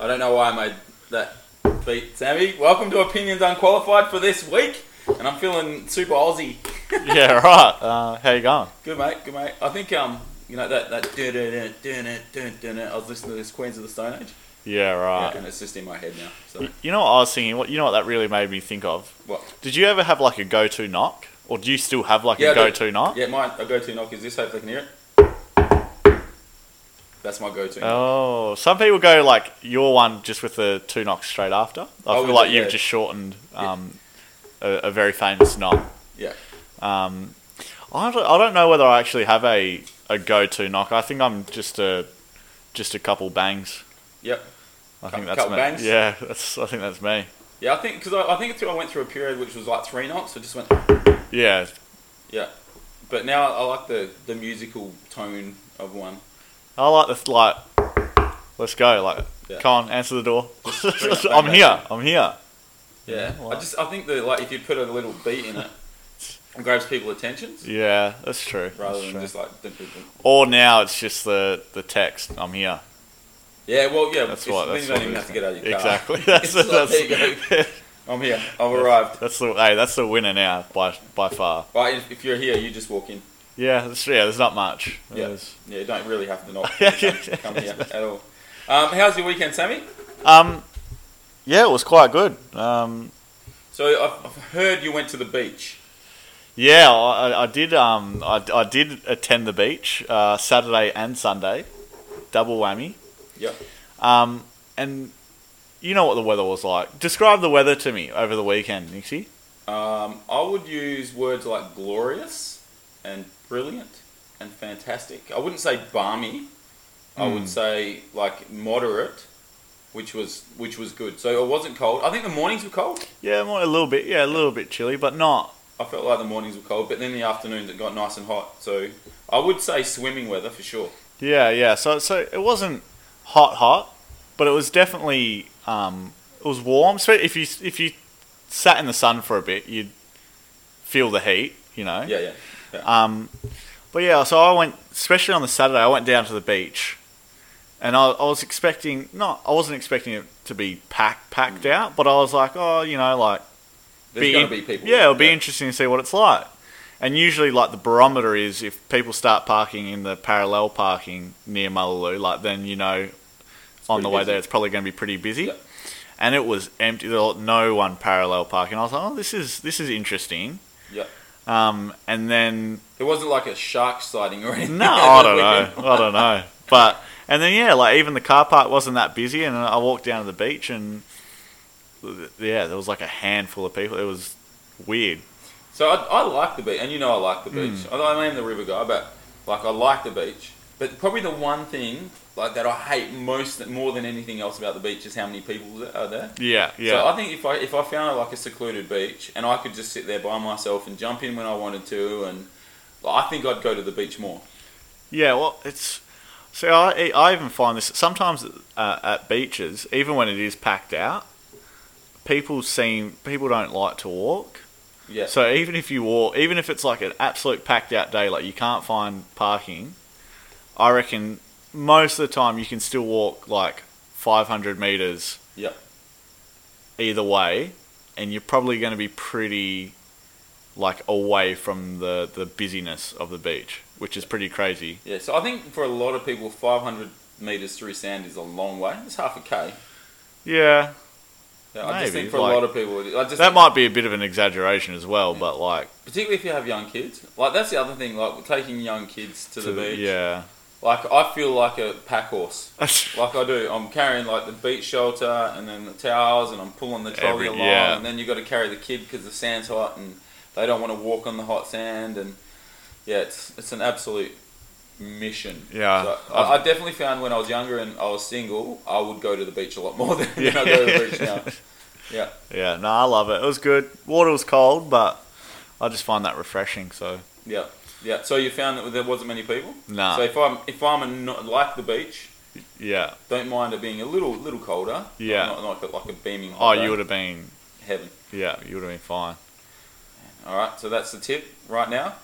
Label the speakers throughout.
Speaker 1: don't know why I made that beat. Sammy, welcome to Opinions Unqualified for this week. And I'm feeling super Aussie.
Speaker 2: yeah, right. Uh, how you going?
Speaker 1: Good mate, good mate. I think um, you know that that dun dun dun dun dun dun. dun, I was listening to this Queens of the Stone Age,
Speaker 2: Yeah, right.
Speaker 1: yeah, and it's just in my head now. So
Speaker 2: Y- Uh, You know what I was thinking? What you know what that really made me think of?
Speaker 1: what?
Speaker 2: Did you ever have like a go-to knock, or do you still have like
Speaker 1: Yeah, I
Speaker 2: a
Speaker 1: do.
Speaker 2: go-to knock?
Speaker 1: Yeah, my a go-to knock is this. Hopefully, I can hear it. That's my go-to. knock.
Speaker 2: Oh, some people go like your one just with the two knocks straight after. I
Speaker 1: Oh,
Speaker 2: feel
Speaker 1: with
Speaker 2: like
Speaker 1: the-
Speaker 2: you've
Speaker 1: yeah.
Speaker 2: just shortened um, a, a very famous knock.
Speaker 1: Yeah.
Speaker 2: Um, I don't, I don't know whether I actually have a, a go-to knock. I think I'm just a just a couple bangs.
Speaker 1: Yep.
Speaker 2: I
Speaker 1: Cou-
Speaker 2: think that's
Speaker 1: couple
Speaker 2: me.
Speaker 1: bangs?
Speaker 2: Yeah, that's I think that's me.
Speaker 1: Yeah, I think because I, I think it's, I went through a period which was like three knocks. I just went,
Speaker 2: Yeah,
Speaker 1: yeah. But now I like the the musical tone of one.
Speaker 2: I like this. Like, let's go. Like,
Speaker 1: Yeah.
Speaker 2: come on, answer the door.
Speaker 1: straight up
Speaker 2: I'm
Speaker 1: bang
Speaker 2: here. I'm here.
Speaker 1: Yeah.
Speaker 2: Yeah,
Speaker 1: I just I think that like if you put a little beat in it, it grabs people's attention
Speaker 2: Yeah, that's true.
Speaker 1: rather
Speaker 2: that's
Speaker 1: than
Speaker 2: true.
Speaker 1: just like. Dun, dun, dun.
Speaker 2: or now it's just the the text. I'm here.
Speaker 1: Yeah, well, yeah.
Speaker 2: That's
Speaker 1: it's-
Speaker 2: what.
Speaker 1: then
Speaker 2: That's
Speaker 1: you
Speaker 2: what
Speaker 1: don't even
Speaker 2: it
Speaker 1: have
Speaker 2: is
Speaker 1: to get out of your
Speaker 2: now.
Speaker 1: car.
Speaker 2: Exactly. That's
Speaker 1: It's
Speaker 2: the,
Speaker 1: like,
Speaker 2: that's,
Speaker 1: there you I'm here. I've arrived.
Speaker 2: that's the hey. That's the winner now by by far.
Speaker 1: Right, if, if you're here, you just walk in.
Speaker 2: Yeah. That's, yeah. There's not much.
Speaker 1: Yeah.
Speaker 2: There's-
Speaker 1: Yeah, you don't really have to knock.
Speaker 2: Yeah,
Speaker 1: You
Speaker 2: yeah.
Speaker 1: don't come here at all. Um, how's your weekend, Sammy?
Speaker 2: Um. Yeah, it was quite good. Um.
Speaker 1: So I've, I've heard you went to the beach.
Speaker 2: Yeah, I, I- I did. Um. I, I did attend the beach uh, Saturday and Sunday, double whammy.
Speaker 1: Yep.
Speaker 2: Um, and you know what the weather was like. Describe the weather to me over the weekend, Nixie.
Speaker 1: Um, I would use words like glorious and brilliant and fantastic. I wouldn't say balmy. I
Speaker 2: Hmm.
Speaker 1: would say like moderate, which was which was good. So it wasn't cold. I think the mornings were cold.
Speaker 2: Yeah, more, a little bit. Yeah, a little bit chilly, but not.
Speaker 1: I felt like the mornings were cold, but then the afternoons it got nice and hot. So I would say swimming weather for sure.
Speaker 2: Yeah, yeah. So, so it wasn't hot, hot, but it was definitely. Um, it was warm. So if you if you sat in the sun for a bit, you'd feel the heat. You know.
Speaker 1: Yeah, yeah.
Speaker 2: Um, but yeah, so I went, especially on the Saturday, I went down to the beach, and I, I was expecting not, I wasn't expecting it to be packed, packed out, but I was like, oh, you know, like,
Speaker 1: There's
Speaker 2: be
Speaker 1: gonna
Speaker 2: in-
Speaker 1: be people.
Speaker 2: Yeah, it'll be interesting to see what it's like. And usually, like the barometer is if people start parking in the parallel parking near Mullaloo, like then you know, on
Speaker 1: pretty
Speaker 2: the way
Speaker 1: busy.
Speaker 2: there, it's probably going to be pretty busy.
Speaker 1: Yeah.
Speaker 2: And it was empty. There was no one parallel parking. I was like, oh, this is this is interesting.
Speaker 1: Yeah.
Speaker 2: Um, and then
Speaker 1: It wasn't like a shark sighting or anything.
Speaker 2: no, I don't know. I don't know. But and then yeah, like even the car park wasn't that busy, and I walked down to the beach, and yeah, there was like a handful of people. It was weird.
Speaker 1: So I, I like the beach, and you know I like the beach. Although
Speaker 2: Mm.
Speaker 1: I am the river guy, but like I like the beach. But probably the one thing like that I hate most, more than anything else about the beach, is how many people there- are there.
Speaker 2: Yeah,
Speaker 1: So
Speaker 2: yeah,
Speaker 1: I think if I if I found like a secluded beach and I could just sit there by myself and jump in when I wanted to, and I think I'd go to the beach more.
Speaker 2: yeah. Well, it's so I e, I even find this sometimes uh, at beaches, even when it is packed out, people seem people don't like to walk.
Speaker 1: Yeah.
Speaker 2: So even if you walk, even if it's like an absolute packed out day, like you can't find parking, I reckon most of the time you can still walk like 500 meters.
Speaker 1: Yep.
Speaker 2: Either way, and you're probably going to be pretty like away from the the busyness of the beach, which is pretty crazy.
Speaker 1: Yeah, so I think for a lot of people, 500 meters through sand is a long way. It's half a k.
Speaker 2: Yeah,
Speaker 1: Yeah, I just
Speaker 2: Maybe,
Speaker 1: think for
Speaker 2: like-
Speaker 1: a lot of people, I just
Speaker 2: that might be a bit of an exaggeration as well,
Speaker 1: Mm.
Speaker 2: but like
Speaker 1: particularly if you have young kids. Like that's the other thing. Like taking young kids to, the beach.
Speaker 2: yeah.
Speaker 1: Like I feel like a pack horse. Like I do. I'm carrying like the beach shelter and then the towels, and I'm pulling the trolley
Speaker 2: Every-
Speaker 1: along,
Speaker 2: yeah.
Speaker 1: and then you got to carry the kid because the sand's hot, and they don't want to walk on the hot sand, and yeah, it's it's an absolute mission.
Speaker 2: Yeah. Uh,
Speaker 1: So I, I definitely found when I was younger and I was single, I would go to the beach a lot more than, than I go to the beach now. Yeah.
Speaker 2: Yeah, no, I love it. It was good. Water was cold, but I just find that refreshing. So
Speaker 1: Yeah, yeah. So you found that there wasn't many people.
Speaker 2: Nah.
Speaker 1: So if I'm if I'm a not, like the beach,
Speaker 2: yeah.
Speaker 1: don't mind it being a little little colder.
Speaker 2: Yeah.
Speaker 1: Not, not like, a, like a beaming.
Speaker 2: Oh,
Speaker 1: Hot day.
Speaker 2: you would have been.
Speaker 1: heaven.
Speaker 2: Yeah, you would have been fine.
Speaker 1: All right. So that's the tip right now.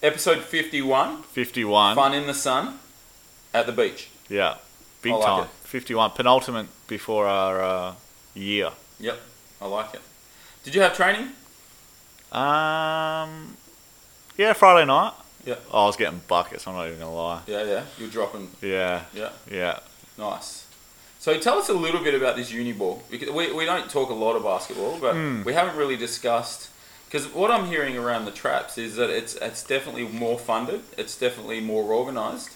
Speaker 1: Episode fifty one.
Speaker 2: Fifty-one.
Speaker 1: Fun in the sun, at the beach.
Speaker 2: Yeah, Big
Speaker 1: I like
Speaker 2: time.
Speaker 1: it.
Speaker 2: 51. Penultimate before our uh, year.
Speaker 1: Yep, I like it. Did you have training?
Speaker 2: Um, yeah, Friday night.
Speaker 1: Yeah.
Speaker 2: Oh, I was getting buckets. I'm not even going to lie.
Speaker 1: Yeah, yeah. You're dropping.
Speaker 2: Yeah.
Speaker 1: Yeah.
Speaker 2: Yeah.
Speaker 1: Nice. So tell us a little bit about this uni ball. Because we, we don't talk a lot of basketball, but we haven't really discussed. Because what I'm hearing around the traps is that it's it's definitely more funded. It's definitely more organised,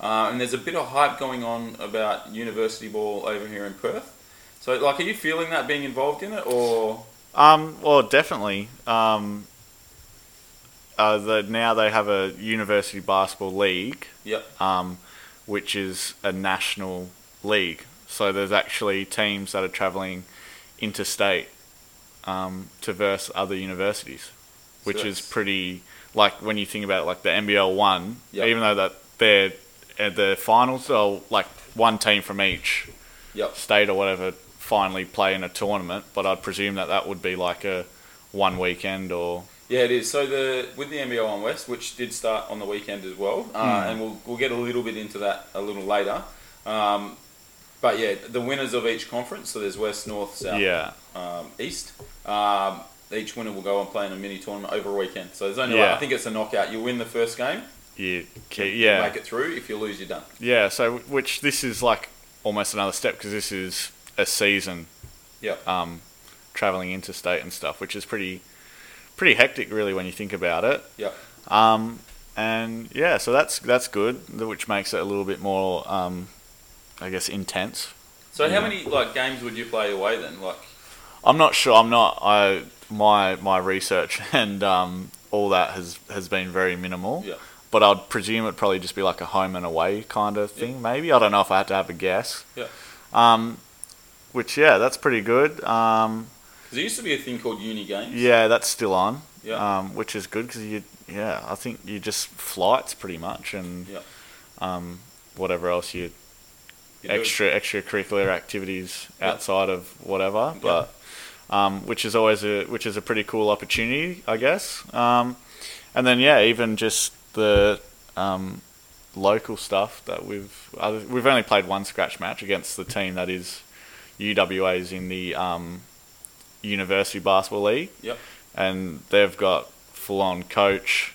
Speaker 1: uh, and there's a bit of hype going on about university ball over here in Perth. So like, are you feeling that being involved in it, or
Speaker 2: Um, well, definitely. Um, uh, the, now they have a university basketball league,
Speaker 1: yep,
Speaker 2: um, which is a national league. So there's actually teams that are travelling interstate um, to verse other universities, which
Speaker 1: So
Speaker 2: is
Speaker 1: that's-
Speaker 2: pretty like when you think about it, like the NBL one,
Speaker 1: Yeah.
Speaker 2: even though that they're at the finals, are like one team from each
Speaker 1: yep,
Speaker 2: state or whatever finally play in a tournament, but I'd presume that that would be like a one weekend or
Speaker 1: yeah, it is. So the with the NBL on West, which did start on the weekend as well, uh,
Speaker 2: Hmm.
Speaker 1: and we'll we'll get a little bit into that a little later. Um, but yeah, the winners of each conference. So there's West, North, South,
Speaker 2: yeah,
Speaker 1: um, East. Um, each winner will go and play in a mini tournament over a weekend. So there's only, like,
Speaker 2: Yeah.
Speaker 1: I think it's a knockout. You win the first game,
Speaker 2: you keep,
Speaker 1: you
Speaker 2: yeah,
Speaker 1: make it through. If you lose, you're done.
Speaker 2: yeah. So which this is like almost another step because this is a season,
Speaker 1: Yeah.
Speaker 2: um, traveling interstate and stuff, which is pretty pretty hectic really when you think about it.
Speaker 1: Yeah.
Speaker 2: Um, and yeah, so that's that's good, th- which makes it a little bit more, um, I guess, intense
Speaker 1: So
Speaker 2: Yeah.
Speaker 1: how many like games would you play away then? Like,
Speaker 2: I'm not sure. I'm not. I my my research and um, all that has has been very minimal.
Speaker 1: Yeah.
Speaker 2: But I'd presume it'd probably just be like a home and away kind of thing. Maybe I don't know if I had to have a guess.
Speaker 1: Yeah.
Speaker 2: Um, which yeah, that's pretty good. Um,
Speaker 1: 'cause there used to be a thing called uni games.
Speaker 2: yeah, that's still on.
Speaker 1: Yeah.
Speaker 2: Um, which is good because you yeah I think you just flights pretty much and
Speaker 1: Yeah.
Speaker 2: um, whatever else you
Speaker 1: You do it.
Speaker 2: extra extracurricular activities
Speaker 1: Yeah.
Speaker 2: outside of whatever,
Speaker 1: Yeah.
Speaker 2: but um, which is always a which is a pretty cool opportunity, I guess. Um, and then yeah, even just the um, local stuff that we've other, we've only played one scratch match against the team that is UWA's in the um, University Basketball League,
Speaker 1: Yep.
Speaker 2: and they've got full on coach,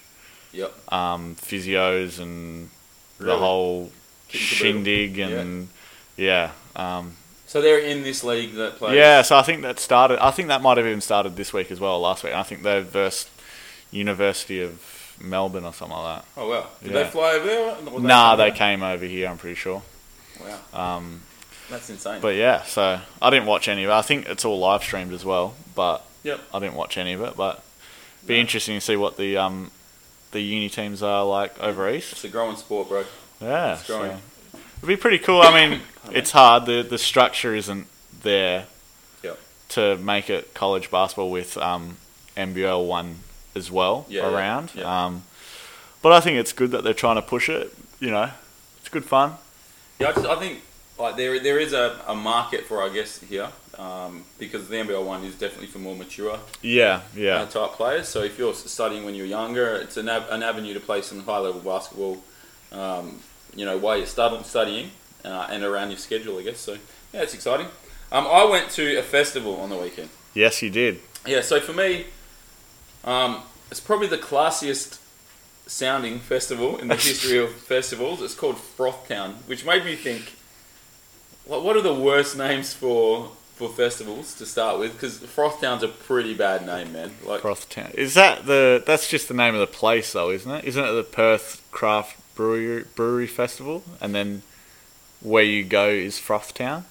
Speaker 1: Yep.
Speaker 2: um, physios, and the
Speaker 1: Really?
Speaker 2: whole
Speaker 1: Kicking
Speaker 2: shindig
Speaker 1: caboodle.
Speaker 2: and yeah. Um,
Speaker 1: So they're in this league that plays.
Speaker 2: yeah, so I think that started. I think that might have even started this week as well, last week. I think they versed University of Melbourne or something like
Speaker 1: Oh wow. Did
Speaker 2: Yeah.
Speaker 1: they fly over there? Or
Speaker 2: that.
Speaker 1: did
Speaker 2: nah,
Speaker 1: come
Speaker 2: they
Speaker 1: here?
Speaker 2: came over here. I'm pretty sure.
Speaker 1: Wow.
Speaker 2: Um,
Speaker 1: That's insane.
Speaker 2: but yeah, so I didn't watch any of it. I think it's all live streamed as well, but
Speaker 1: Yep.
Speaker 2: I didn't watch any of it. But be
Speaker 1: No.
Speaker 2: interesting to see what the um, the uni teams are like over east.
Speaker 1: it's a growing sport, bro.
Speaker 2: Yeah,
Speaker 1: It's growing.
Speaker 2: so it'd be pretty cool. I mean, it's hard. the The structure isn't there
Speaker 1: Yep.
Speaker 2: to make it college basketball with um, NBL one as well
Speaker 1: Yeah, yeah,
Speaker 2: around.
Speaker 1: yeah.
Speaker 2: Um, but I think it's good that they're trying to push it. You know, it's good fun.
Speaker 1: Yeah, I, just, I think like there there is a, a market for I guess here um, because the NBL one is definitely for more mature
Speaker 2: Yeah,
Speaker 1: uh,
Speaker 2: yeah,
Speaker 1: type players. So if you're studying when you're younger, it's an, av- an avenue to play some high level basketball. Um, you know while you're stud- studying uh, and around your schedule, I guess. So yeah, it's exciting. Um, I went to a festival on the weekend.
Speaker 2: yes, you did.
Speaker 1: Yeah, so for me, um, it's probably the classiest sounding festival in the history of festivals. It's called Frothtown, which made me think, what what are the worst names for for festivals to start with? Because Frothtown's a pretty bad name, man. Like,
Speaker 2: Froth Town. Is that the? That's just the name of the place, though, isn't it? Isn't it the Perth Craft Brewery Brewery Festival? And then where you go is Froth Town.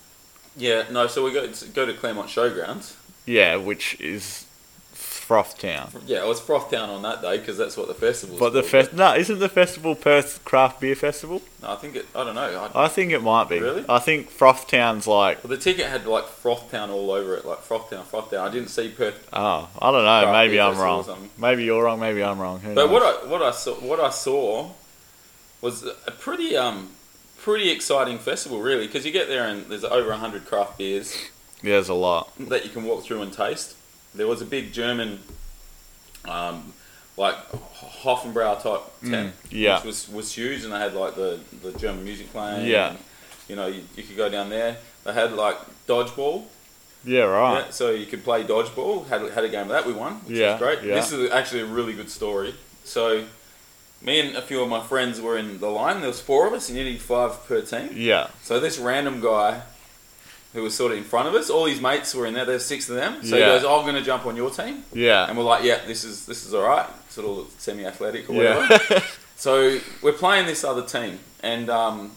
Speaker 1: yeah, no. So we go go to Claremont Showgrounds.
Speaker 2: Yeah, which is Froth Town.
Speaker 1: Yeah, it was Frothtown on that day because that's what the festival.
Speaker 2: But the fest no, isn't the festival Perth Craft Beer Festival?
Speaker 1: No, I think it. I don't know. I,
Speaker 2: I think it might be.
Speaker 1: Really?
Speaker 2: I think Froth Town's like
Speaker 1: well, the ticket had like Frothtown all over it, like Frothtown, Frothtown. I didn't see Perth
Speaker 2: oh, I don't know.
Speaker 1: Craft
Speaker 2: maybe
Speaker 1: Beer
Speaker 2: I'm
Speaker 1: Festival or
Speaker 2: wrong.
Speaker 1: something.
Speaker 2: Maybe you're wrong. Maybe I'm wrong. Who
Speaker 1: But
Speaker 2: knows?
Speaker 1: what I what I saw what I saw was a pretty um pretty exciting festival really because you get there and there's over hundred craft beers
Speaker 2: Yeah, There's a lot.
Speaker 1: that you can walk through and taste. There was a big German, um, like Hoffenbrau type tent,
Speaker 2: Mm. yeah.
Speaker 1: which was was huge, and they had like the the German music playing.
Speaker 2: Yeah.
Speaker 1: and You know, you, you could go down there. They had like dodgeball.
Speaker 2: Yeah, right.
Speaker 1: Yeah, so you could play dodgeball. Had had a game of that. We won, which
Speaker 2: Yeah,
Speaker 1: was great.
Speaker 2: yeah.
Speaker 1: This is actually a really good story. So, me and a few of my friends were in the line. There was four of us, and you need five per team.
Speaker 2: Yeah.
Speaker 1: So this random guy, who was sort of in front of us, all his mates were in there. There's six of them. So
Speaker 2: Yeah.
Speaker 1: he goes, "Oh, "I'm going to jump on your team,"
Speaker 2: Yeah.
Speaker 1: and we're like, "Yeah, this is this is all right. It's a little semi-athletic or whatever."
Speaker 2: Yeah.
Speaker 1: So we're playing this other team, and um,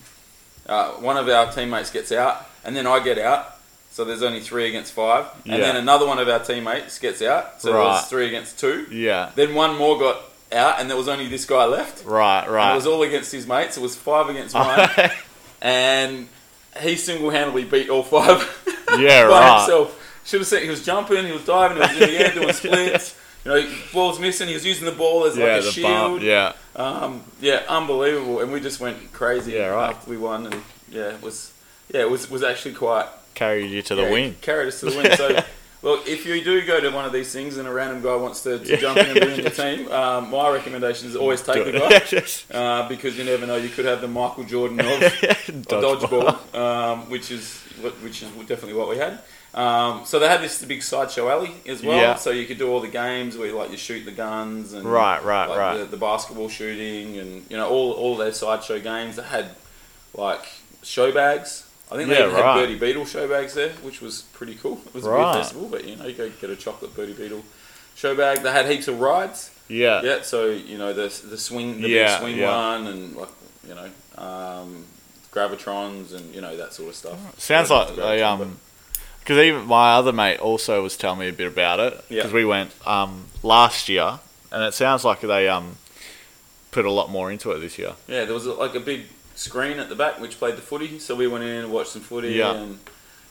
Speaker 1: uh, one of our teammates gets out, and then I get out. So there's only three against five, and
Speaker 2: Yeah.
Speaker 1: then another one of our teammates gets out. So
Speaker 2: Right.
Speaker 1: there's three against two.
Speaker 2: yeah.
Speaker 1: Then one more got out, and there was only this guy left.
Speaker 2: Right,
Speaker 1: And
Speaker 2: right.
Speaker 1: it was all against his mates. It was five against one, and he single-handedly beat all five
Speaker 2: yeah,
Speaker 1: by
Speaker 2: right.
Speaker 1: himself. Should have said he was jumping, he was diving, he was in the air doing splits. You know, ball's missing. He was using the ball as
Speaker 2: yeah,
Speaker 1: like a
Speaker 2: the
Speaker 1: shield.
Speaker 2: bump. Yeah.
Speaker 1: Um, yeah, unbelievable, and we just went crazy
Speaker 2: Yeah, right.
Speaker 1: after we won, and yeah, it was yeah, it was was actually quite
Speaker 2: Carried you to the
Speaker 1: yeah,
Speaker 2: win.
Speaker 1: carried us to the win. So, well, if you do go to one of these things and a random guy wants to, to
Speaker 2: Yeah.
Speaker 1: jump in and ruin your team, um, my recommendation is always take the guy
Speaker 2: Dodgeball.
Speaker 1: uh, because you never know you could have the Michael Jordan of or dodgeball, um, which is what- which is definitely what we had. Um, so they had this big sideshow alley as well,
Speaker 2: Yeah.
Speaker 1: so you could do all the games where like you shoot the guns and
Speaker 2: Right, right,
Speaker 1: like,
Speaker 2: right.
Speaker 1: The, the basketball shooting and you know all all their sideshow games. They had like show bags. I think they
Speaker 2: Yeah,
Speaker 1: even had
Speaker 2: right.
Speaker 1: Birdie Beetle show bags there, which was pretty cool. It was a
Speaker 2: Right.
Speaker 1: weird festival, but you know you go get a chocolate Birdie Beetle show bag. They had heaps of rides.
Speaker 2: Yeah.
Speaker 1: Yeah, so you know the the swing, the
Speaker 2: Yeah,
Speaker 1: big swing
Speaker 2: yeah.
Speaker 1: one, and like you know, um, gravitrons and you know that sort of stuff.
Speaker 2: Sounds
Speaker 1: Yeah,
Speaker 2: like they
Speaker 1: graviton,
Speaker 2: um, because even my other mate also was telling me a bit about it
Speaker 1: Yeah.
Speaker 2: because we went um last year, and it sounds like they um put a lot more into it this year.
Speaker 1: but- yeah, there was like a big screen at the back which played the footy, so we went in and watched some footy.
Speaker 2: Yeah.
Speaker 1: and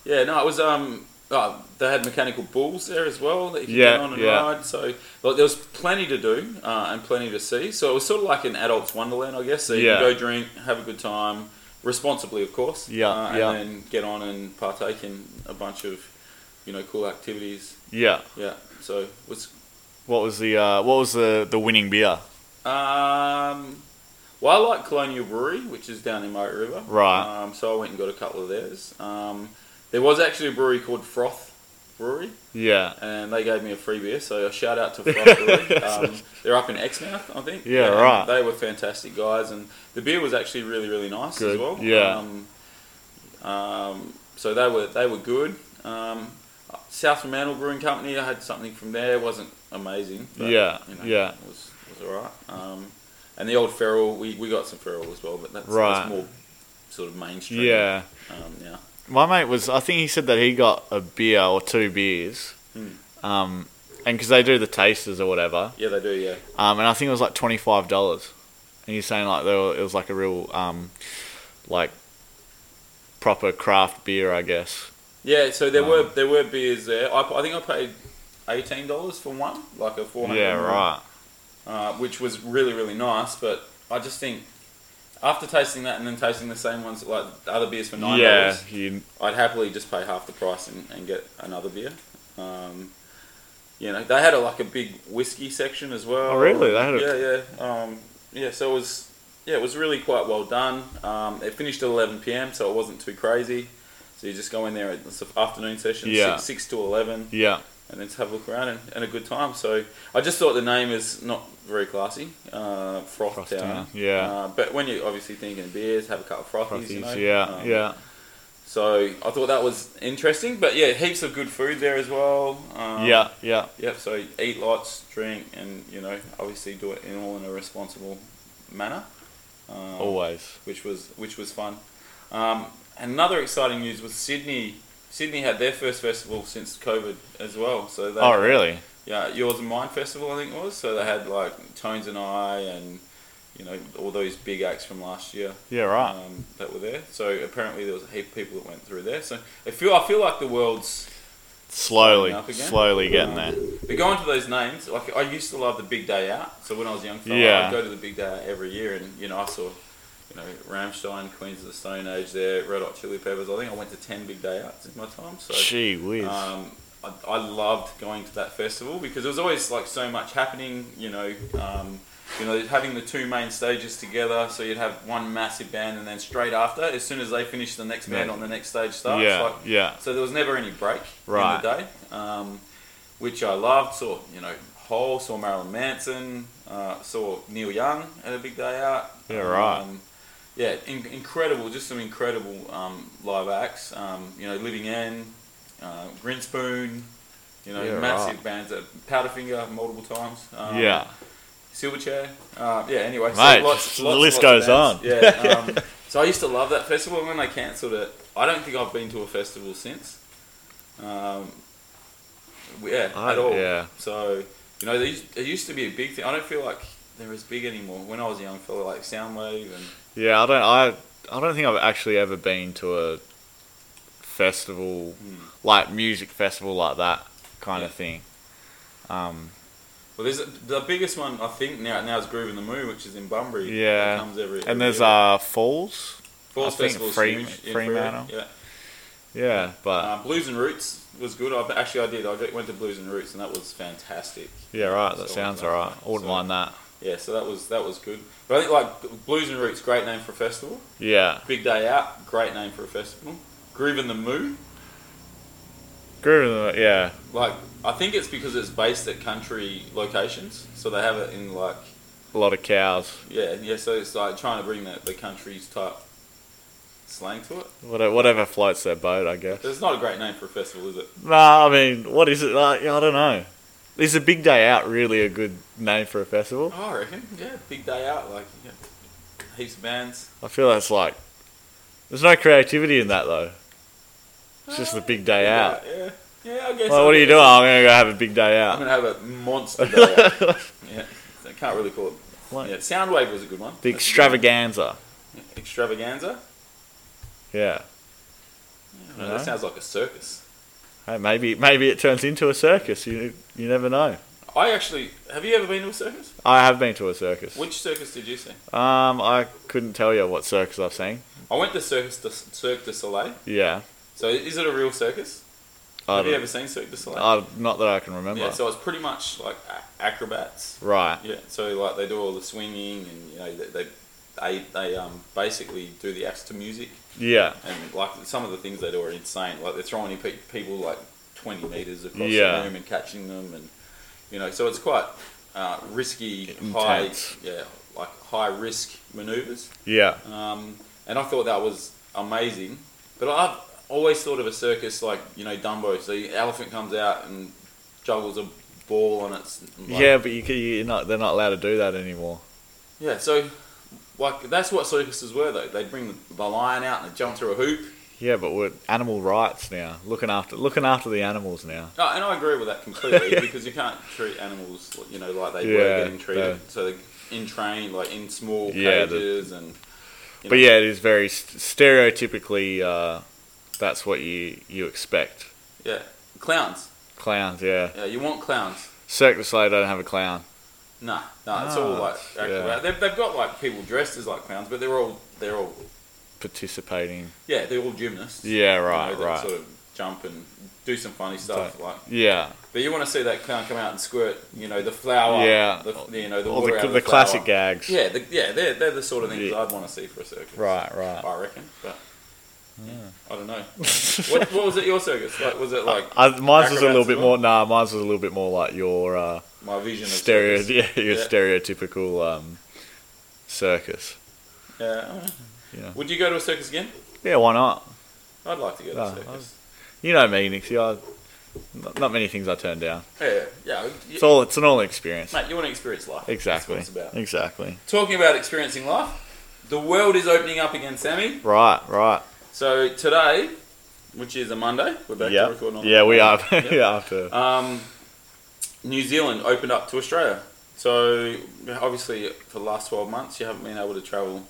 Speaker 1: yeah, no, it was um. Oh, they had mechanical bulls there as well that you could
Speaker 2: Yeah,
Speaker 1: get on and
Speaker 2: yeah.
Speaker 1: ride. So like, there was plenty to do uh, and plenty to see. So it was sort of like an adult's wonderland, I guess. So you
Speaker 2: Yeah.
Speaker 1: can go drink, have a good time, responsibly, of course.
Speaker 2: Yeah,
Speaker 1: uh, and
Speaker 2: yeah.
Speaker 1: then get on and partake in a bunch of you know cool activities.
Speaker 2: Yeah.
Speaker 1: Yeah. So was
Speaker 2: What was the uh, what was the the winning beer?
Speaker 1: um, well, I like Colonial Brewery, which is down in Moat River.
Speaker 2: Right.
Speaker 1: Um, so I went and got a couple of theirs. Um, there was actually a brewery called Froth Brewery,
Speaker 2: Yeah.
Speaker 1: and they gave me a free beer. So a shout out to Froth Brewery. Um, they're up in Exmouth, I think.
Speaker 2: Yeah,
Speaker 1: And
Speaker 2: right.
Speaker 1: They were fantastic guys, and the beer was actually really, really nice
Speaker 2: Good,
Speaker 1: as well.
Speaker 2: yeah.
Speaker 1: Um, um, so they were they were good. Um, South Fremantle Brewing Company, I had something from there. It wasn't amazing.
Speaker 2: Yeah, yeah.
Speaker 1: It was, was all right. Um, and the old Feral, we, we got some Feral as well, but that's,
Speaker 2: Right.
Speaker 1: that's more sort of mainstream.
Speaker 2: Yeah.
Speaker 1: Um, yeah.
Speaker 2: My mate was. I think he said that he got a beer or two beers,
Speaker 1: Hmm.
Speaker 2: um, and because they do the tasters or whatever,
Speaker 1: Yeah, they do, yeah.
Speaker 2: um, and I think it was like twenty five dollars, and he's saying like they were, it was like a real um, like proper craft beer, I guess.
Speaker 1: Yeah, so there
Speaker 2: Um,
Speaker 1: were there were beers there. I, I think I paid eighteen dollars for one, like a four hundred.
Speaker 2: Yeah, right.
Speaker 1: Uh, which was really really nice, but I just think after tasting that and then tasting the same ones like the other beers for nine
Speaker 2: Yeah,
Speaker 1: dollars,
Speaker 2: you,
Speaker 1: I'd happily just pay half the price and, and get another beer. Um, you know, they had a, like a big whiskey section as well.
Speaker 2: Oh, really? They had a-
Speaker 1: yeah, yeah, um, yeah. So it was, yeah, it was really quite well done. Um, it finished at eleven p.m., so it wasn't too crazy. So you just go in there at the afternoon session,
Speaker 2: Yeah.
Speaker 1: six, six to eleven,
Speaker 2: yeah,
Speaker 1: and then just have a look around and, and a good time. So I just thought the name is not very classy, uh, Froth,
Speaker 2: Froth
Speaker 1: Town.
Speaker 2: Town, yeah.
Speaker 1: Uh, but when you're obviously thinking beers, have a couple of frothies, you know.
Speaker 2: frothies, yeah,
Speaker 1: Um,
Speaker 2: yeah,
Speaker 1: so I thought that was interesting, but yeah, heaps of good food there as well. Um,
Speaker 2: yeah, yeah,
Speaker 1: Yep. So eat lots, drink, and you know, obviously do it in all in a responsible manner, um,
Speaker 2: Oh. always.
Speaker 1: which was which was fun. Um, another exciting news was Sydney. Sydney had their first festival since COVID as well. So they,
Speaker 2: Oh, really?
Speaker 1: yeah, yours and mine festival I think it was. So they had like Tones and I, and you know all those big acts from last year
Speaker 2: Yeah, right.
Speaker 1: um, that were there. So apparently there was a heap of people that went through there. So I feel I feel like the world's
Speaker 2: Slowly,
Speaker 1: up again.
Speaker 2: slowly getting there.
Speaker 1: but going to those names. Like I used to love the Big Day Out. So when I was a young fella,
Speaker 2: Yeah.
Speaker 1: I'd go to the Big Day Out every year, and you know I saw. You know, Ramstein, Queens of the Stone Age, there, Red Hot Chili Peppers. I think I went to ten Big Day Outs in my time. So
Speaker 2: Gee whiz.
Speaker 1: um, I, I loved going to that festival because there was always like so much happening. You know, um, You know, having the two main stages together, so you'd have one massive band, and then straight after, as soon as they finish, the next band
Speaker 2: Yeah.
Speaker 1: on the next stage starts.
Speaker 2: yeah,
Speaker 1: Like,
Speaker 2: yeah.
Speaker 1: so there was never any break
Speaker 2: Right.
Speaker 1: in the day, um, which I loved. Saw you know Hole, saw Marilyn Manson, uh, saw Neil Young at a big day out.
Speaker 2: Yeah, right.
Speaker 1: Um, yeah, in- incredible. Just some incredible um, live acts. Um, you know, Living End, uh, Grinspoon. You know,
Speaker 2: Yeah,
Speaker 1: massive
Speaker 2: right.
Speaker 1: bands. That Powderfinger multiple times. Um,
Speaker 2: yeah.
Speaker 1: Silverchair. Uh, yeah, anyway.
Speaker 2: Mate,
Speaker 1: lots,
Speaker 2: the
Speaker 1: lots,
Speaker 2: list
Speaker 1: lots of
Speaker 2: goes
Speaker 1: bands. Yeah. Um, so I used to love that festival, and when they cancelled it, I don't think I've been to a festival since. Um, yeah,
Speaker 2: I-
Speaker 1: at all.
Speaker 2: yeah.
Speaker 1: So, you know, there used, there used to be a big thing. I don't feel like they're as big anymore. When I was a young fella, like Soundwave and.
Speaker 2: Yeah, I don't. I I don't think I've actually ever been to a festival like music festival like that kind of thing. Um,
Speaker 1: Well, there's a, the biggest one I think now. Now is Groove in the Moon, which is in Bunbury.
Speaker 2: Yeah.
Speaker 1: That comes every, every
Speaker 2: and there's
Speaker 1: year.
Speaker 2: uh falls.
Speaker 1: Falls
Speaker 2: I think
Speaker 1: Festival's
Speaker 2: Free-
Speaker 1: huge in
Speaker 2: Fremantle.
Speaker 1: Fremantle. Yeah.
Speaker 2: Yeah, but
Speaker 1: Uh, Blues and Roots was good. I actually I did. I went to Blues and Roots, and that was fantastic.
Speaker 2: yeah, right. That
Speaker 1: so
Speaker 2: sounds
Speaker 1: I-
Speaker 2: alright. I wouldn't
Speaker 1: so-
Speaker 2: mind that.
Speaker 1: Yeah, so that was that was good. But I think like Blues and Roots, great name for a festival.
Speaker 2: Yeah,
Speaker 1: Big Day Out, great name for a festival. Groove in the Moo,
Speaker 2: Groove. Yeah,
Speaker 1: like I think it's because it's based at country locations, so they have it in like
Speaker 2: a lot of cows.
Speaker 1: yeah yeah. So it's like trying to bring the, the country's type slang to it.
Speaker 2: Whatever, whatever floats their boat, I guess.
Speaker 1: It's not a great name for a festival, is it?
Speaker 2: Nah, I mean, what is it? Like, I don't know. Is a big day out really a good name for a festival?
Speaker 1: Oh, I reckon. Yeah, Big Day Out, like yeah, heaps of bands.
Speaker 2: I feel that's like there's no creativity in that though. It's just the big day out.
Speaker 1: Yeah, yeah. yeah I guess.
Speaker 2: Well,
Speaker 1: I
Speaker 2: what are you
Speaker 1: guess.
Speaker 2: doing? I'm gonna go have a big day
Speaker 1: I'm
Speaker 2: out.
Speaker 1: gonna have a monster day. out. yeah, I can't really call it.
Speaker 2: What?
Speaker 1: Yeah, Soundwave was a good one.
Speaker 2: the
Speaker 1: That's a good one.
Speaker 2: extravaganza.
Speaker 1: Extravaganza.
Speaker 2: Yeah.
Speaker 1: No,
Speaker 2: No.
Speaker 1: That sounds like a circus.
Speaker 2: Hey, maybe maybe it turns into a circus. You you never know.
Speaker 1: I actually have you ever been to a circus?
Speaker 2: I have been to a circus.
Speaker 1: Which circus did you see?
Speaker 2: Um, I couldn't tell you what circus I've seen.
Speaker 1: I went to Circus du, Cirque du Soleil.
Speaker 2: Yeah.
Speaker 1: So is it a real circus?
Speaker 2: I
Speaker 1: have you
Speaker 2: don't,
Speaker 1: ever seen Cirque du Soleil?
Speaker 2: I, not that I can remember.
Speaker 1: yeah. So it's pretty much like a- acrobats.
Speaker 2: right.
Speaker 1: Yeah, so like they do all the swinging and you know they they they, they um, basically do the acts to music
Speaker 2: Yeah.
Speaker 1: and like some of the things they do are insane. Like they're throwing pe- people like twenty meters across
Speaker 2: Yeah.
Speaker 1: the room and catching them and you know so it's quite uh, risky,
Speaker 2: Intense.
Speaker 1: high yeah like high risk maneuvers.
Speaker 2: Yeah.
Speaker 1: Um, and I thought that was amazing, but I've always thought of a circus like you know Dumbo. So the elephant comes out and juggles a ball on its like,
Speaker 2: yeah, but you, ca- you're not. They're not allowed to do that anymore.
Speaker 1: Yeah, so like that's what circuses were though. They'd bring the, the lion out and it'd jump through a hoop.
Speaker 2: Yeah, but we're animal rights now. Looking after looking after the animals now.
Speaker 1: Oh, and I agree with that completely
Speaker 2: Yeah.
Speaker 1: because you can't treat animals you know like they
Speaker 2: Yeah,
Speaker 1: were getting treated.
Speaker 2: no.
Speaker 1: So they're in train like in small
Speaker 2: Yeah, the-
Speaker 1: cages and. you know,
Speaker 2: But yeah, it is very st- stereotypically. Uh, that's what you you expect.
Speaker 1: yeah, clowns.
Speaker 2: Clowns, yeah.
Speaker 1: Yeah, you want clowns.
Speaker 2: Cirque du Soleil don't have a clown.
Speaker 1: Nah, nah, it's all
Speaker 2: Ah,
Speaker 1: like
Speaker 2: yeah.
Speaker 1: acrobat. They've, they've got like people dressed as like clowns, but they're all they're all
Speaker 2: Participating.
Speaker 1: yeah they're all gymnasts. you
Speaker 2: Yeah,
Speaker 1: know,
Speaker 2: right,
Speaker 1: that
Speaker 2: right.
Speaker 1: Sort of jump and do some funny stuff like
Speaker 2: yeah,
Speaker 1: But you want to see that clown come out and squirt, you know, the flour,
Speaker 2: Yeah.
Speaker 1: the, you know, the
Speaker 2: all
Speaker 1: water
Speaker 2: the,
Speaker 1: out
Speaker 2: the,
Speaker 1: of flour.
Speaker 2: classic gags.
Speaker 1: Yeah, the, yeah, they're, they're the sort of things
Speaker 2: Yeah.
Speaker 1: I'd want to see for a circus.
Speaker 2: Right, right.
Speaker 1: I reckon, but yeah, I don't know. what, what was it your circus? Like, was it like
Speaker 2: I, mine's was a little
Speaker 1: Acrobats
Speaker 2: bit
Speaker 1: as
Speaker 2: more. Nah, mine's was a little bit more like your uh,
Speaker 1: my vision of
Speaker 2: stereo.
Speaker 1: circus?
Speaker 2: Yeah, your
Speaker 1: Yeah.
Speaker 2: stereotypical um, circus.
Speaker 1: Yeah.
Speaker 2: Yeah.
Speaker 1: Would you go to a circus again?
Speaker 2: Yeah, why not?
Speaker 1: I'd like to go to
Speaker 2: No,
Speaker 1: a circus.
Speaker 2: You know me, Nixie. I, not, not many things I turn down.
Speaker 1: Yeah, yeah. You,
Speaker 2: It's all. It's an all experience.
Speaker 1: mate, you want to experience life.
Speaker 2: Exactly.
Speaker 1: That's what it's about.
Speaker 2: Exactly.
Speaker 1: Talking about experiencing life, the world is opening up again, Sammy.
Speaker 2: Right. Right.
Speaker 1: So today, which is a Monday, we're back to
Speaker 2: Yeah.
Speaker 1: recording on
Speaker 2: Yeah, we are.
Speaker 1: Yep.
Speaker 2: yeah, after.
Speaker 1: Um, New Zealand opened up to Australia. So, obviously, for the last 12 months, you haven't been able to travel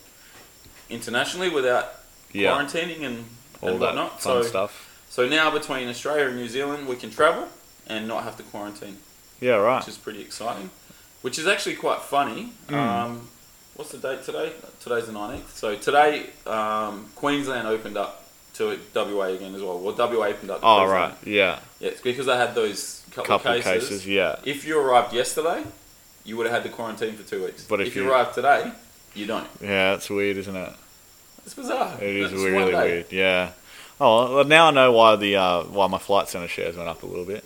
Speaker 1: internationally without
Speaker 2: Yeah.
Speaker 1: quarantining and,
Speaker 2: All
Speaker 1: and
Speaker 2: that
Speaker 1: whatnot.
Speaker 2: fun
Speaker 1: So,
Speaker 2: stuff.
Speaker 1: so, now between Australia and New Zealand, we can travel and not have to quarantine,
Speaker 2: Yeah. Right.
Speaker 1: which is pretty exciting. Which is actually quite funny.
Speaker 2: Hmm.
Speaker 1: Um, what's the date today? Today's the 19th. So, today, um, Queensland opened up to WA again as well. Well, WA opened up to
Speaker 2: Oh
Speaker 1: Queensland.
Speaker 2: right. Yeah.
Speaker 1: Yeah, it's because they had those couple,
Speaker 2: Couple
Speaker 1: of cases.
Speaker 2: cases. Yeah.
Speaker 1: If you arrived yesterday, you would have had to quarantine for two weeks.
Speaker 2: But if
Speaker 1: you
Speaker 2: you-
Speaker 1: arrive today, you don't.
Speaker 2: Yeah, it's weird, isn't it?
Speaker 1: It's bizarre.
Speaker 2: It is
Speaker 1: It's one
Speaker 2: really
Speaker 1: day.
Speaker 2: weird. Yeah. Oh, well, now I know why the uh, why my flight center shares went up a little bit.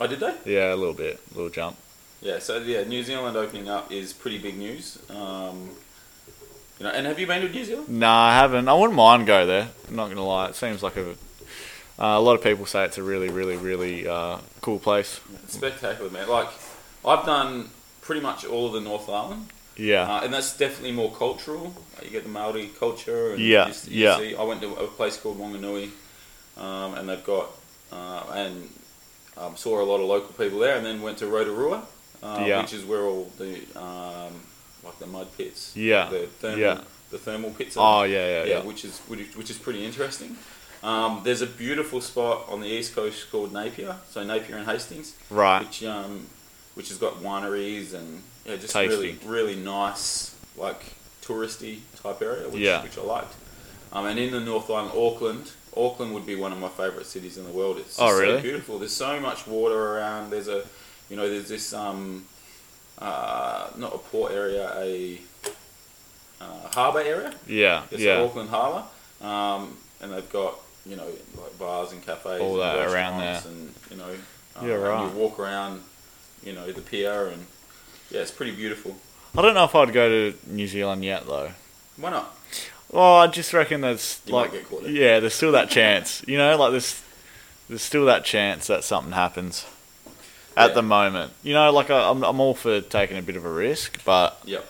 Speaker 1: Oh, did they?
Speaker 2: Yeah, a little bit, a little jump.
Speaker 1: Yeah. So yeah, New Zealand opening up is pretty big news. Um, you know, and have you been to New Zealand?
Speaker 2: Nah, I haven't. I wouldn't mind go there. I'm not gonna lie. It seems like a uh, a lot of people say it's a really, really, really uh, cool place.
Speaker 1: It's spectacular, man. Like, I've done pretty much all of the North Island.
Speaker 2: Yeah.
Speaker 1: Uh, and that's definitely more cultural. Like, you get the Maori culture. And
Speaker 2: Yeah,
Speaker 1: you s- you
Speaker 2: yeah.
Speaker 1: see- I went to a place called Wanganui, um, and they've got uh, and um, saw a lot of local people there, and then went to Rotorua, uh,
Speaker 2: Yeah.
Speaker 1: which is where all the um, like the mud pits,
Speaker 2: Yeah,
Speaker 1: the thermal,
Speaker 2: yeah.
Speaker 1: the thermal pits.
Speaker 2: Oh
Speaker 1: Are,
Speaker 2: yeah, yeah, yeah.
Speaker 1: which is which, which is pretty interesting. Um, there's a beautiful spot on the east coast called Napier, so Napier and Hastings
Speaker 2: Right.
Speaker 1: which um, which has got wineries and yeah, just
Speaker 2: Tasty.
Speaker 1: really really nice like touristy type area, which
Speaker 2: Yeah.
Speaker 1: which I liked. Um, and in the North Island, Auckland, Auckland would be one of my favourite cities in the world. It's just
Speaker 2: Oh, really?
Speaker 1: so beautiful. There's so much water around. There's a, you know, there's this um, uh, not a port area, a uh, harbour area.
Speaker 2: Yeah,
Speaker 1: It's
Speaker 2: yeah.
Speaker 1: Auckland Harbour, um, and they've got you know like bars and cafes,
Speaker 2: All that
Speaker 1: and
Speaker 2: around
Speaker 1: restaurants and you know, um,
Speaker 2: Yeah,
Speaker 1: and
Speaker 2: right.
Speaker 1: you walk around, you know, the pier, and yeah, it's pretty beautiful.
Speaker 2: I don't know if I'd go to New Zealand yet though.
Speaker 1: Why not?
Speaker 2: Well, Oh, I just reckon there's
Speaker 1: You might
Speaker 2: like,
Speaker 1: get caught in it.
Speaker 2: yeah, there's still that chance. You know, like there's there's still that chance that something happens. At
Speaker 1: Yeah.
Speaker 2: the moment, you know, like I, I'm I'm all for taking a bit of a risk, but
Speaker 1: Yep.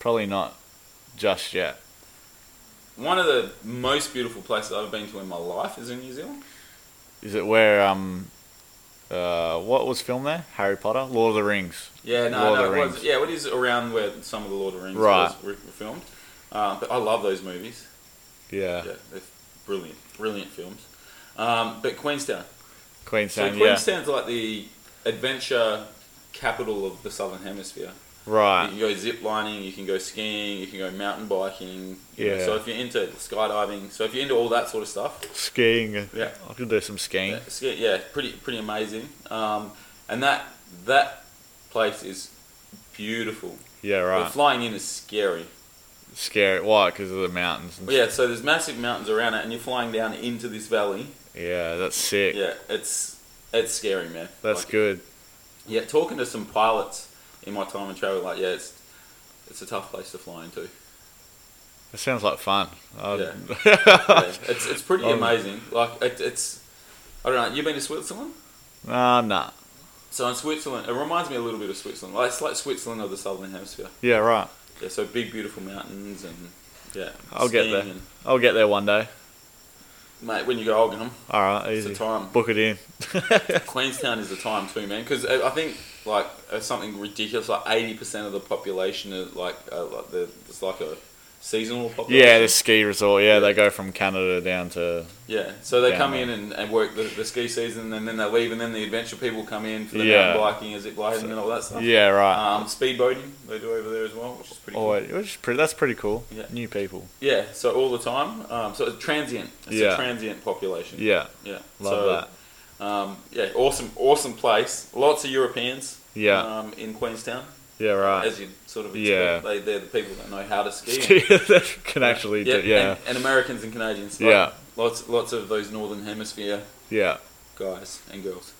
Speaker 2: probably not just yet.
Speaker 1: One of the most beautiful places I've been to in my life is in New Zealand.
Speaker 2: Is it where um, uh, what was filmed there? Harry Potter, Lord of the Rings.
Speaker 1: Yeah, no,
Speaker 2: Lord
Speaker 1: no,
Speaker 2: of the
Speaker 1: it was,
Speaker 2: Rings.
Speaker 1: yeah, it is around where some of the Lord of the Rings
Speaker 2: Right.
Speaker 1: was, were, were filmed. Uh, but I love those movies.
Speaker 2: Yeah,
Speaker 1: Yeah, they're brilliant, brilliant films. Um, but Queenstown. So
Speaker 2: Queenstown. yeah,
Speaker 1: Queenstown's like the adventure capital of the Southern Hemisphere. You
Speaker 2: right.
Speaker 1: can go zip lining, you can go skiing, you can go mountain biking. you know,
Speaker 2: Yeah.
Speaker 1: So if you're into skydiving, so if you're into all that sort of stuff,
Speaker 2: Skiing.
Speaker 1: Yeah.
Speaker 2: I could do some skiing.
Speaker 1: yeah, ski- yeah pretty pretty amazing. Um, and that that place is beautiful.
Speaker 2: Yeah,
Speaker 1: But
Speaker 2: right.
Speaker 1: flying in is scary.
Speaker 2: Scary. Why? Because of the mountains. And
Speaker 1: But yeah, so there's massive mountains around it, and you're flying down into this valley.
Speaker 2: Yeah, that's sick.
Speaker 1: Yeah, it's it's scary, man.
Speaker 2: That's
Speaker 1: Like,
Speaker 2: good.
Speaker 1: Yeah, talking to some pilots in my time in travel, like yeah, it's it's a tough place to fly into.
Speaker 2: That sounds like fun. I'd-
Speaker 1: Yeah. Yeah, it's it's pretty
Speaker 2: Um,
Speaker 1: amazing. Like it, it's, I don't know. You been to Switzerland?
Speaker 2: Nah, nah.
Speaker 1: So in Switzerland, it reminds me a little bit of Switzerland. Like it's like Switzerland of the southern hemisphere.
Speaker 2: Yeah, right.
Speaker 1: Yeah, so big beautiful mountains and yeah.
Speaker 2: I'll get
Speaker 1: skiing
Speaker 2: there.
Speaker 1: And,
Speaker 2: I'll get there one day.
Speaker 1: mate, when you go Oldham,
Speaker 2: All right,
Speaker 1: it's
Speaker 2: easy.
Speaker 1: the time.
Speaker 2: Book it in.
Speaker 1: Queenstown is the time too, man. Because I I think like uh, something ridiculous, like eighty percent of the population is like, uh, like the, it's like a seasonal population.
Speaker 2: yeah, the ski resort. Yeah, they go from Canada down to.
Speaker 1: Yeah, so they
Speaker 2: Down
Speaker 1: come
Speaker 2: there.
Speaker 1: in and, and work the, the ski season, and then they leave, and then the adventure people come in for the
Speaker 2: Yeah.
Speaker 1: mountain biking and zip lining and all that stuff.
Speaker 2: Yeah, right.
Speaker 1: Um, speed boating they do over there as well, which is pretty.
Speaker 2: oh,
Speaker 1: cool.
Speaker 2: wait, which is pretty. That's pretty cool.
Speaker 1: Yeah.
Speaker 2: New people.
Speaker 1: Yeah, so all the time. Um, so it's transient. It's
Speaker 2: Yeah.
Speaker 1: a transient population.
Speaker 2: Yeah,
Speaker 1: yeah.
Speaker 2: love
Speaker 1: so,
Speaker 2: that.
Speaker 1: Um, yeah, awesome, awesome place. Lots of Europeans.
Speaker 2: Yeah.
Speaker 1: Um, in Queenstown,
Speaker 2: Yeah, right.
Speaker 1: as you sort of expect.
Speaker 2: Yeah.
Speaker 1: They, they're the people that know how to ski. and-
Speaker 2: that can actually do. Yeah,
Speaker 1: And, and Americans and Canadians. like,
Speaker 2: Yeah.
Speaker 1: Lots, lots of those northern hemisphere
Speaker 2: yeah.
Speaker 1: guys and girls.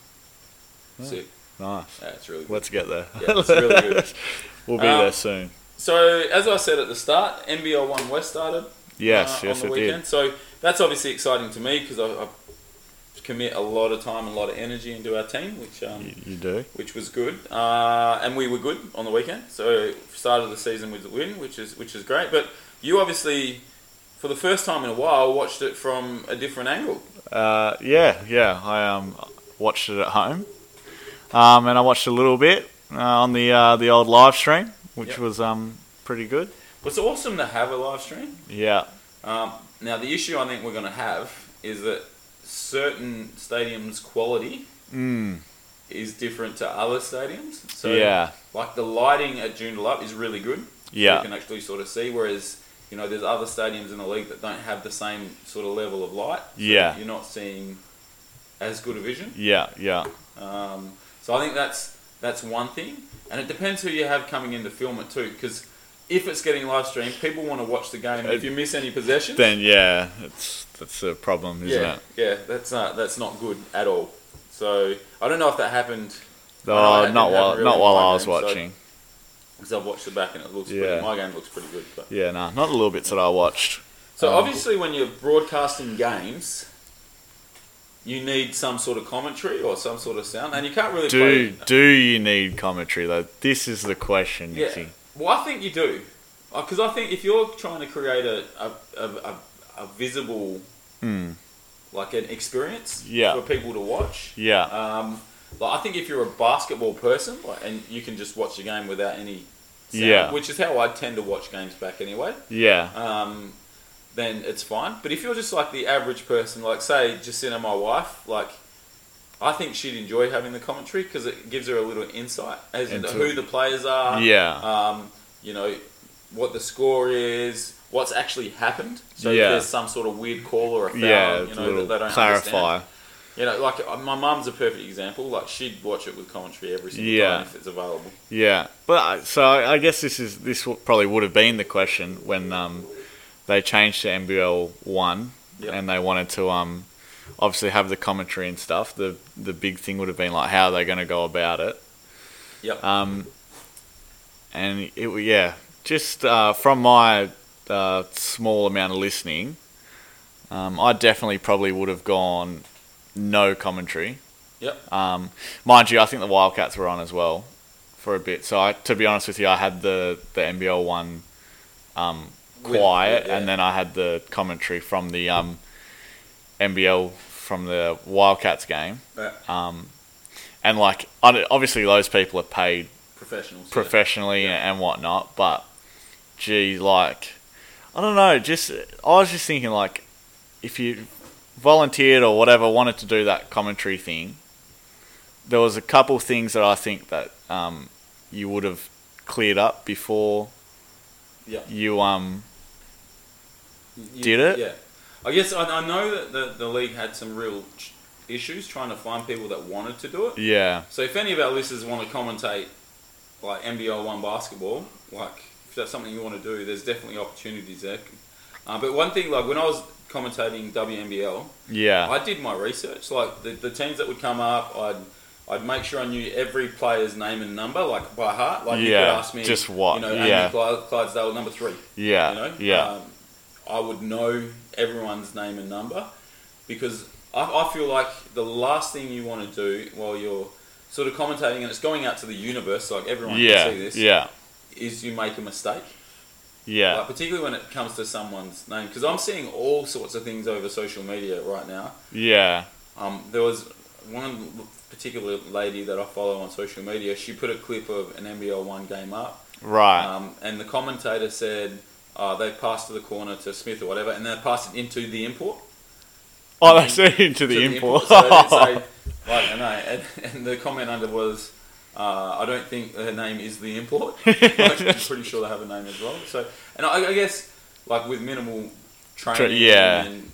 Speaker 1: Sick.
Speaker 2: Nice.
Speaker 1: Yeah, it's really good.
Speaker 2: Let's get there.
Speaker 1: Yeah, it's really good.
Speaker 2: we'll be
Speaker 1: Um,
Speaker 2: there soon.
Speaker 1: So, as I said at the start, NBL One West started.
Speaker 2: Yes,
Speaker 1: uh,
Speaker 2: yes,
Speaker 1: on
Speaker 2: it
Speaker 1: the
Speaker 2: did.
Speaker 1: weekend. So that's obviously exciting to me because I, I commit a lot of time and a lot of energy into our team, which um,
Speaker 2: You, you do.
Speaker 1: which was good. Uh, and we were good on the weekend. So started the season with a win, which is which is great. But you obviously, for the first time in a while, watched it from a different angle.
Speaker 2: Uh, yeah, yeah. I um, watched it at home, um, and I watched a little bit uh, on the uh, the old live stream, which
Speaker 1: Yep.
Speaker 2: was um, pretty good.
Speaker 1: It's awesome to have a live stream.
Speaker 2: Yeah,
Speaker 1: Um, now the issue I think we're going to have is that certain stadiums' quality
Speaker 2: mm,
Speaker 1: is different to other stadiums. So
Speaker 2: yeah,
Speaker 1: like the lighting at Joondalup is really good.
Speaker 2: yeah,
Speaker 1: You can actually sort of see. Whereas, you know, there's other stadiums in the league that don't have the same sort of level of light. So
Speaker 2: Yeah.
Speaker 1: You're not seeing as good a vision.
Speaker 2: yeah, yeah,
Speaker 1: Um, so I think that's That's one thing, and it depends who you have coming in to film it too. Because if it's getting live streamed, people want to watch the game. If you miss any possessions,
Speaker 2: Then yeah, it's that's a problem, isn't
Speaker 1: yeah,
Speaker 2: it?
Speaker 1: yeah, that's not that's not good at all. So I don't know if that happened
Speaker 2: Oh,
Speaker 1: I didn't
Speaker 2: not while
Speaker 1: have really
Speaker 2: not while
Speaker 1: my
Speaker 2: I was
Speaker 1: game, so-
Speaker 2: watching.
Speaker 1: because I've watched the back and it looks
Speaker 2: Yeah.
Speaker 1: pretty, my game looks pretty good. But.
Speaker 2: Yeah, nah, not the little bits that I watched.
Speaker 1: So
Speaker 2: Um,
Speaker 1: obviously, when you're broadcasting games, you need some sort of commentary or some sort of sound, and you can't really
Speaker 2: Do
Speaker 1: play.
Speaker 2: do you need commentary though? This is the question,
Speaker 1: Yeah.
Speaker 2: Nicky.
Speaker 1: Well, I think you do, because I think if you're trying to create a a, a, a, a visible,
Speaker 2: Hmm.
Speaker 1: like an experience
Speaker 2: Yeah.
Speaker 1: for people to watch.
Speaker 2: Yeah.
Speaker 1: Um, like I think if you're a basketball person, like, and you can just watch the game without any. Sound,
Speaker 2: Yeah.
Speaker 1: Which is how I tend to watch games back anyway.
Speaker 2: Yeah.
Speaker 1: um, then it's fine. But if you're just like the average person, like say Jacinta, my wife, like I think she'd enjoy having the commentary because it gives her a little insight as
Speaker 2: Into
Speaker 1: to who
Speaker 2: it.
Speaker 1: the players are.
Speaker 2: Yeah.
Speaker 1: Um, you know what the score is, what's actually happened. So
Speaker 2: Yeah.
Speaker 1: if there's some sort of weird call or a foul,
Speaker 2: yeah,
Speaker 1: you
Speaker 2: it's a
Speaker 1: know,
Speaker 2: little
Speaker 1: that they don't
Speaker 2: clarify.
Speaker 1: Understand. You know, like uh, my mum's a perfect example. Like she'd watch it with commentary every single
Speaker 2: Yeah.
Speaker 1: time if it's available.
Speaker 2: Yeah, but I- so I I guess this is this w- probably would have been the question when um, they changed to NBL one
Speaker 1: Yep.
Speaker 2: and they wanted to um, obviously have the commentary and stuff. The the big thing would have been like how are they going to go about it.
Speaker 1: Yep.
Speaker 2: Um, and it w- yeah, just uh, from my uh, small amount of listening, um, I definitely probably would have gone no commentary.
Speaker 1: Yep.
Speaker 2: Um, mind you, I think the Wildcats were on as well for a bit. So I, to be honest with you, I had the the NBL one um,
Speaker 1: With-
Speaker 2: quiet,
Speaker 1: yeah.
Speaker 2: and then I had the commentary from the um, NBL from the Wildcats game.
Speaker 1: Yeah.
Speaker 2: Um, and like I don't- obviously those people are paid
Speaker 1: Professionals. yeah.
Speaker 2: professionally and whatnot, but gee, like I don't know. Just I was just thinking like if you volunteered or whatever wanted to do that commentary thing, there was a couple things that I think that um, you would have cleared up before
Speaker 1: Yeah.
Speaker 2: you um
Speaker 1: You-
Speaker 2: Did it?
Speaker 1: Yeah. I guess I, I know that the, the league had some real ch- issues trying to find people that wanted to do it.
Speaker 2: yeah
Speaker 1: So if any of our listeners want to commentate like NBL one basketball, like if that's something you want to do, there's definitely opportunities there. Uh, but one thing, like when I was commentating WNBL,
Speaker 2: yeah
Speaker 1: I did my research. Like the, the teams that would come up, I'd I'd make sure I knew every player's name and number, like by heart. Like you
Speaker 2: Yeah,
Speaker 1: could ask me,
Speaker 2: just what-
Speaker 1: you know,
Speaker 2: yeah.
Speaker 1: Amy Clyde, Clydesdale number three
Speaker 2: yeah
Speaker 1: you know?
Speaker 2: yeah
Speaker 1: Um, I would know everyone's name and number because I, I feel like the last thing you want to do while you're sort of commentating, and it's going out to the universe, like everyone
Speaker 2: yeah
Speaker 1: can see this,
Speaker 2: yeah
Speaker 1: is you make a mistake.
Speaker 2: yeah
Speaker 1: Like, particularly when it comes to someone's name. Because I'm seeing all sorts of things over social media right now.
Speaker 2: yeah
Speaker 1: Um, there was one particular lady that I follow on social media. She put a clip of an NBL 1 game up.
Speaker 2: right
Speaker 1: Um, and the commentator said uh, they passed to the corner to Smith or whatever, and then passed it into the import.
Speaker 2: oh they said into the
Speaker 1: to
Speaker 2: import,
Speaker 1: So it's like, like, I know. And, and the comment under was, uh, I don't think her name is the import. Like, I'm pretty sure they have a name as well. So, and I, I guess like with minimal training,
Speaker 2: Tra- yeah.
Speaker 1: And,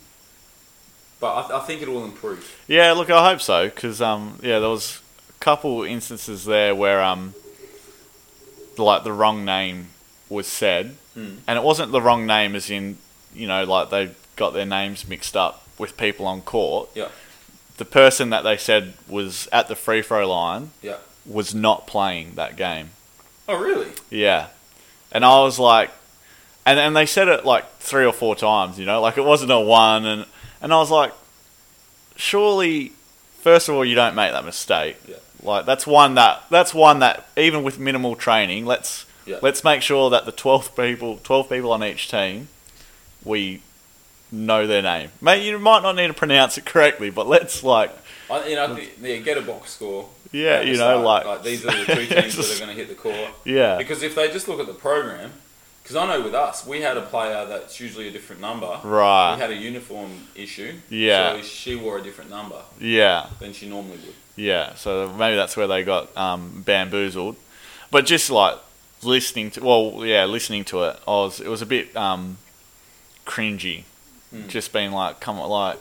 Speaker 1: but I, I think it will improve.
Speaker 2: Yeah, look, I hope so because um, yeah, there was a couple instances there where um, like the wrong name was said,
Speaker 1: Mm.
Speaker 2: and it wasn't the wrong name as in you know like they got their names mixed up with people on court.
Speaker 1: Yeah.
Speaker 2: The person that they said was at the free throw line
Speaker 1: Yeah.
Speaker 2: was not playing that game.
Speaker 1: Oh really?
Speaker 2: Yeah. And I was like, and, and they said it like three or four times, you know, like it wasn't a one. And, and I was like, surely, first of all, you don't make that mistake.
Speaker 1: Yeah.
Speaker 2: Like that's one that, that's one that even with minimal training, let's,
Speaker 1: Yeah.
Speaker 2: let's make sure that the 12 people, 12 people on each team, we know their name. Mate, you might not need to pronounce it correctly, but let's like,
Speaker 1: I, you know, the, the get a box score.
Speaker 2: yeah,
Speaker 1: at the
Speaker 2: you know,
Speaker 1: start,
Speaker 2: like,
Speaker 1: like these are the two teams that are going to hit the court.
Speaker 2: yeah,
Speaker 1: Because if they just look at the program, because I know with us, we had a player that's usually a different number. We
Speaker 2: right.
Speaker 1: had a uniform issue.
Speaker 2: Yeah.
Speaker 1: So she wore a different number
Speaker 2: Yeah.
Speaker 1: than she normally would.
Speaker 2: Yeah, so maybe that's where they got um, bamboozled. But just like listening to, well, yeah, listening to it, I was it was a bit um, cringy.
Speaker 1: Hmm.
Speaker 2: Just being like, come on, like,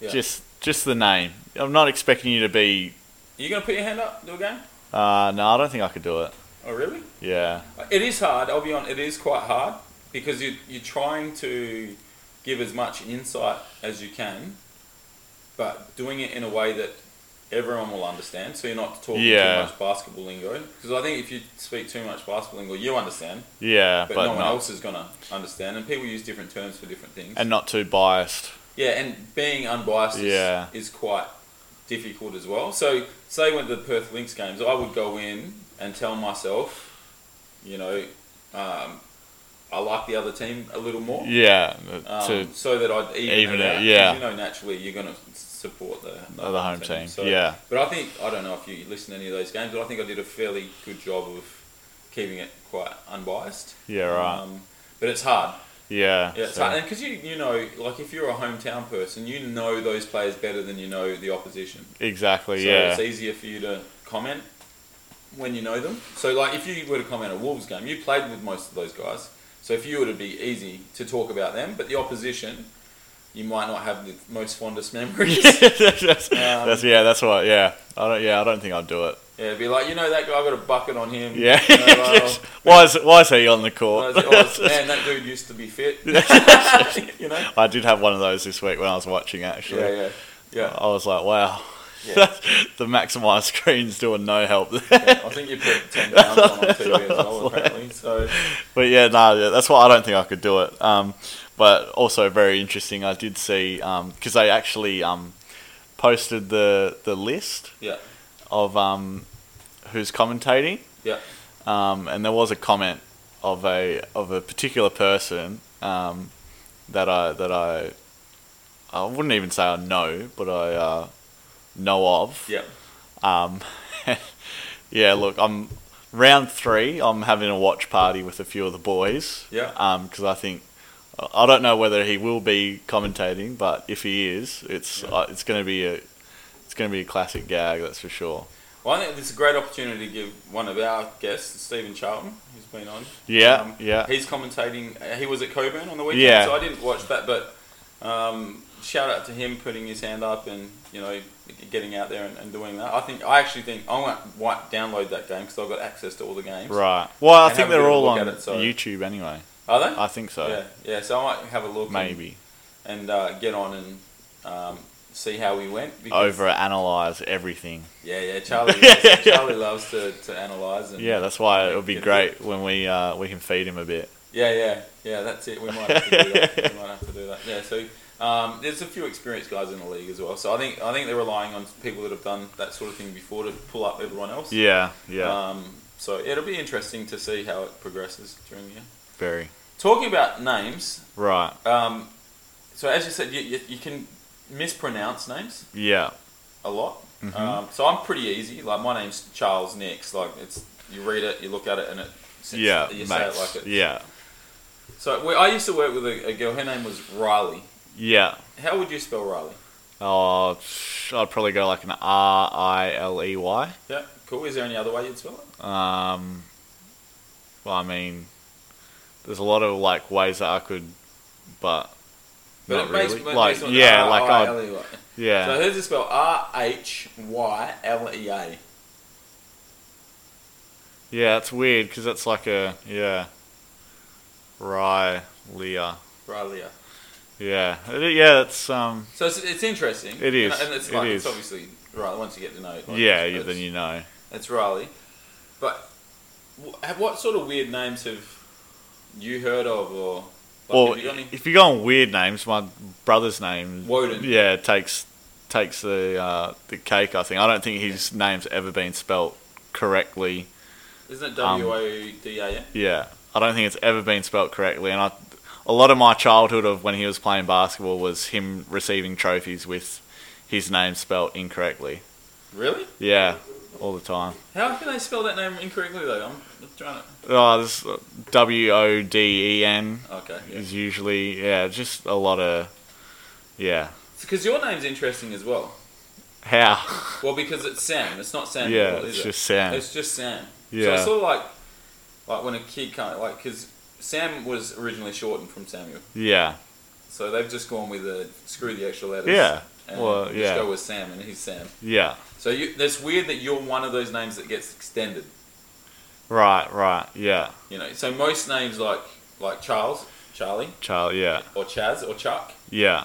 Speaker 1: Yeah.
Speaker 2: just just the name. I'm not expecting you to be.
Speaker 1: Are you going to put your hand up, do a game?
Speaker 2: Uh, no, I don't think I could do it.
Speaker 1: Oh, really?
Speaker 2: Yeah.
Speaker 1: It is hard. I'll be honest. It is quite hard because you you're trying to give as much insight as you can, but doing it in a way that everyone will understand. So you're not talking too
Speaker 2: Yeah.
Speaker 1: much basketball lingo because I think if you speak too much basketball lingo, you understand,
Speaker 2: Yeah,
Speaker 1: but,
Speaker 2: but,
Speaker 1: no one
Speaker 2: not-
Speaker 1: else is gonna understand. And people use different terms for different things.
Speaker 2: and not too biased.
Speaker 1: Yeah, and being unbiased is,
Speaker 2: Yeah.
Speaker 1: is quite difficult as well. So, say when the Perth Lynx games, I would go in and tell myself, you know, um, I like the other team a little more,
Speaker 2: Yeah, uh,
Speaker 1: um,
Speaker 2: to
Speaker 1: so that I'd even,
Speaker 2: even
Speaker 1: it,
Speaker 2: it,
Speaker 1: out. 'cause
Speaker 2: yeah.
Speaker 1: You know, naturally you're going to support the,
Speaker 2: the, home team.
Speaker 1: So-
Speaker 2: yeah,
Speaker 1: But I think I don't know if you listen to any of those games, but I think I did a fairly good job of keeping it quite unbiased.
Speaker 2: yeah, right.
Speaker 1: Um, but it's hard.
Speaker 2: yeah,
Speaker 1: Yeah, it's
Speaker 2: so-
Speaker 1: hard. And because you, you know, like if you're a hometown person, you know those players better than you know the opposition. So
Speaker 2: exactly. yeah,
Speaker 1: it's easier for you to comment when you know them. So, like, if you were to comment a Wolves game, you played with most of those guys. So, if you were to be easy to talk about them, but the opposition, you might not have the most fondest memories.
Speaker 2: Yeah, that's,
Speaker 1: Um,
Speaker 2: that's- yeah, that's what. Yeah, I don't. Yeah, I don't think I'll do it.
Speaker 1: yeah, be like, you know, that guy got a bucket on him.
Speaker 2: Yeah.
Speaker 1: You know, well,
Speaker 2: why is Oh, why is he on the court?
Speaker 1: oh, man, that dude used to be fit. you know?
Speaker 2: I did have one of those this week when I was watching. Actually,
Speaker 1: Yeah, yeah, yeah.
Speaker 2: I was like, wow. Oh.
Speaker 1: Yeah.
Speaker 2: the maximise screen's doing no help there.
Speaker 1: I think you put ten pounds on, on TV as well, apparently. So
Speaker 2: But yeah, no, yeah, that's why I don't think I could do it. Um, but also very interesting. I did see because they actually um, posted the the list
Speaker 1: yeah,
Speaker 2: of um, who's commentating.
Speaker 1: Yeah.
Speaker 2: Um, and there was a comment of a of a particular person um, that I that I I wouldn't even say I know, but I uh, know of.
Speaker 1: yeah,
Speaker 2: Um, yeah, look, I'm round three. I'm having a watch party with a few of the boys.
Speaker 1: Yeah.
Speaker 2: Because I think I- I don't know whether he will be commentating, but if he is, it's
Speaker 1: Yeah.
Speaker 2: uh, it's going to be a it's going to be a classic gag. That's for sure.
Speaker 1: well, I think it's a great opportunity to give one of our guests, Stephen Charlton, who's been on.
Speaker 2: Yeah.
Speaker 1: Um,
Speaker 2: yeah.
Speaker 1: He's commentating. uh, He was at Coburn on the weekend,
Speaker 2: Yeah.
Speaker 1: so I didn't watch that. But um, shout out to him putting his hand up and you know getting out there and, and doing that. I think I actually think I won't wi- download that game because I've got access to all the games.
Speaker 2: Right. Well, I
Speaker 1: And
Speaker 2: think
Speaker 1: have a
Speaker 2: they're
Speaker 1: bit of a
Speaker 2: all
Speaker 1: look
Speaker 2: on
Speaker 1: at it, so-
Speaker 2: YouTube anyway.
Speaker 1: Are they?
Speaker 2: I think so.
Speaker 1: Yeah, yeah. So I might have a look. and-
Speaker 2: Maybe
Speaker 1: and uh, get on and um, see how we went.
Speaker 2: over analyze everything.
Speaker 1: Yeah, yeah. Charlie, loves, Charlie loves to, to analyze. And,
Speaker 2: Yeah, that's why it would be
Speaker 1: Get
Speaker 2: great when we uh, we can feed him a bit.
Speaker 1: yeah, yeah, yeah. That's it. We might have to do that. we might have to do that. Yeah. So um, there's a few experienced guys in the league as well. So I think I think they're relying on people that have done that sort of thing before to pull up everyone else.
Speaker 2: Yeah. Yeah.
Speaker 1: Um, so it'll be interesting to see how it progresses during the year.
Speaker 2: Very.
Speaker 1: Talking about names,
Speaker 2: Right.
Speaker 1: um, so as you said, you, you, you can mispronounce names.
Speaker 2: Yeah.
Speaker 1: a lot.
Speaker 2: Mm-hmm.
Speaker 1: Um, so I'm pretty easy. Like my name's Charles Nix. Like it's you read it, you look at it, and it it's-
Speaker 2: Yeah,
Speaker 1: you
Speaker 2: mates.
Speaker 1: say it like it.
Speaker 2: Yeah,
Speaker 1: So we, I used to work with a, a girl. Her name was Riley.
Speaker 2: yeah.
Speaker 1: How would you spell Riley?
Speaker 2: Oh, psh, I'd probably go like an R I L E Y.
Speaker 1: Yeah, cool. Is there any other way you'd spell it?
Speaker 2: Um, well, I mean, there's a lot of like ways that I could, but not
Speaker 1: it bas-
Speaker 2: really.
Speaker 1: based
Speaker 2: Like,
Speaker 1: on
Speaker 2: yeah, like I,
Speaker 1: R-I-L-E-Y. E So
Speaker 2: yeah.
Speaker 1: hers is spelled R H Y L E A.
Speaker 2: Yeah, it's weird because it's like a yeah. Rye Leah.
Speaker 1: Riley.
Speaker 2: Yeah, It- yeah. It's um.
Speaker 1: So it's, it's interesting.
Speaker 2: It is.
Speaker 1: And, and it's
Speaker 2: It
Speaker 1: like it's
Speaker 2: is.
Speaker 1: obviously Riley once you get to know it. Like,
Speaker 2: Yeah,
Speaker 1: it's-
Speaker 2: you,
Speaker 1: it's-
Speaker 2: then you know.
Speaker 1: It's Riley. But wh- have- what sort of weird names have you heard of, or like,
Speaker 2: Well,
Speaker 1: have you got any?
Speaker 2: if you go on weird names, my brother's name
Speaker 1: Woden.
Speaker 2: Yeah, takes takes the uh, the cake. I think I don't think his name's ever been spelt correctly.
Speaker 1: Isn't it
Speaker 2: um,
Speaker 1: W O D A N?
Speaker 2: Yeah, I don't think it's ever been spelt correctly. And I, a lot of my childhood of when he was playing basketball was him receiving trophies with his name spelt incorrectly.
Speaker 1: Really?
Speaker 2: Yeah, all the time.
Speaker 1: How can they spell that name incorrectly though? I'm I'm trying to.
Speaker 2: Oh, this W O D E N
Speaker 1: Okay. Yeah.
Speaker 2: is usually yeah, just a lot of yeah.
Speaker 1: Because your name's interesting as well.
Speaker 2: How?
Speaker 1: Well, because it's Sam. It's not Sam.
Speaker 2: Yeah,
Speaker 1: Newell, is
Speaker 2: it's
Speaker 1: it?
Speaker 2: just Sam.
Speaker 1: It's just Sam. So it's
Speaker 2: yeah,
Speaker 1: sort of like, like when a kid can't like because Sam was originally shortened from Samuel,
Speaker 2: yeah,
Speaker 1: so they've just gone with a screw the extra letters.
Speaker 2: yeah,
Speaker 1: And
Speaker 2: Well,
Speaker 1: just
Speaker 2: yeah.
Speaker 1: go with Sam, and he's Sam.
Speaker 2: Yeah.
Speaker 1: So you, that's weird that you're one of those names that gets extended.
Speaker 2: Right, right. Yeah.
Speaker 1: You know, so most names like like Charles, Charlie,
Speaker 2: Charlie, yeah.
Speaker 1: or Chaz, or Chuck.
Speaker 2: Yeah.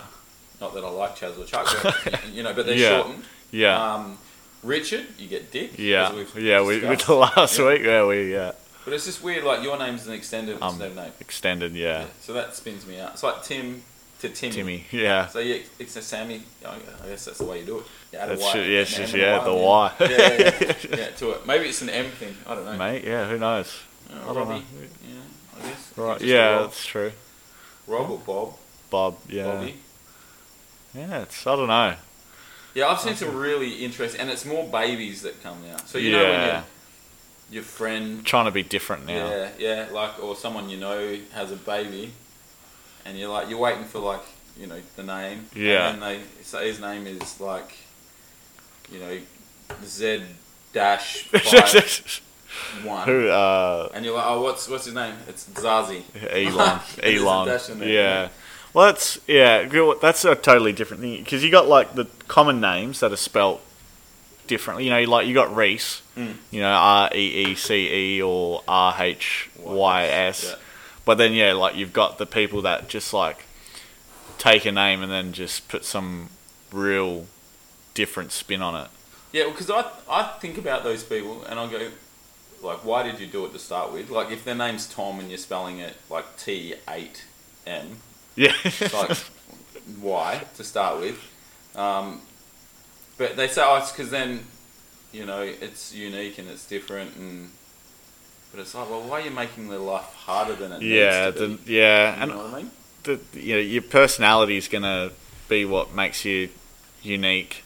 Speaker 1: Not that I like Chaz or Chuck, but, you know, but they're
Speaker 2: Yeah.
Speaker 1: shortened.
Speaker 2: Yeah.
Speaker 1: Um, Richard, you get Dick. as
Speaker 2: yeah.
Speaker 1: we've
Speaker 2: Yeah, we, we
Speaker 1: discussed.
Speaker 2: the last
Speaker 1: Yeah.
Speaker 2: week, yeah, we uh, yeah.
Speaker 1: But it's just weird, like your name's an extended
Speaker 2: Um,
Speaker 1: no name.
Speaker 2: Extended, yeah.
Speaker 1: So that spins me out. It's like Tim to Timmy.
Speaker 2: Timmy. Yeah.
Speaker 1: So yeah, it's a Sammy. I I guess that's the way you do it. You add a
Speaker 2: That's
Speaker 1: Y,
Speaker 2: shit, yeah, it's
Speaker 1: an
Speaker 2: just
Speaker 1: M
Speaker 2: yeah,
Speaker 1: and
Speaker 2: the
Speaker 1: a
Speaker 2: Y.
Speaker 1: yeah. Yeah, yeah, yeah. Yeah, to it. Maybe it's an M thing. I don't know.
Speaker 2: Mate, yeah, who knows?
Speaker 1: Uh,
Speaker 2: I don't
Speaker 1: Robbie.
Speaker 2: know.
Speaker 1: Yeah, I guess.
Speaker 2: Right.
Speaker 1: Just
Speaker 2: Yeah,
Speaker 1: Rob,
Speaker 2: that's true.
Speaker 1: Rob or Bob.
Speaker 2: Bob, yeah.
Speaker 1: Bobby.
Speaker 2: Yeah, it's I don't know.
Speaker 1: Yeah, I've seen some really interesting, and it's more babies that come now. So you know when
Speaker 2: Yeah.
Speaker 1: your your friend,
Speaker 2: trying to be different now.
Speaker 1: yeah, yeah, like or someone you know has a baby, and you're like you're waiting for like you know the name.
Speaker 2: Yeah.
Speaker 1: And then they say his name is like, you know, Z dash five one,
Speaker 2: who uh
Speaker 1: and you're like, oh, what's what's his name? It's Zazi.
Speaker 2: Elon.
Speaker 1: There's a
Speaker 2: Elon.
Speaker 1: dash in
Speaker 2: Yeah.
Speaker 1: there,
Speaker 2: Well, that's yeah. go- That's a totally different thing because you got like the common names that are spelt differently. You know, like you got Reese.
Speaker 1: Mm.
Speaker 2: You know, R E E C E or R H Y S.
Speaker 1: Yeah.
Speaker 2: But then yeah, like you've got the people that just like take a name and then just put some real different spin on it.
Speaker 1: Yeah, because I I think about those people and I go, like, why did you do it to start with? Like, if their name's Tom and you're spelling it like T eight M,
Speaker 2: Yeah.
Speaker 1: it's like why to start with? Um, but they say oh, it's because then, you know, it's unique and it's different and. But it's like, well, why are you making their life harder than it
Speaker 2: yeah.
Speaker 1: needs to
Speaker 2: The,
Speaker 1: be?
Speaker 2: yeah.
Speaker 1: You
Speaker 2: And
Speaker 1: know what I mean?
Speaker 2: the, you know, your personality is going to be what makes you unique,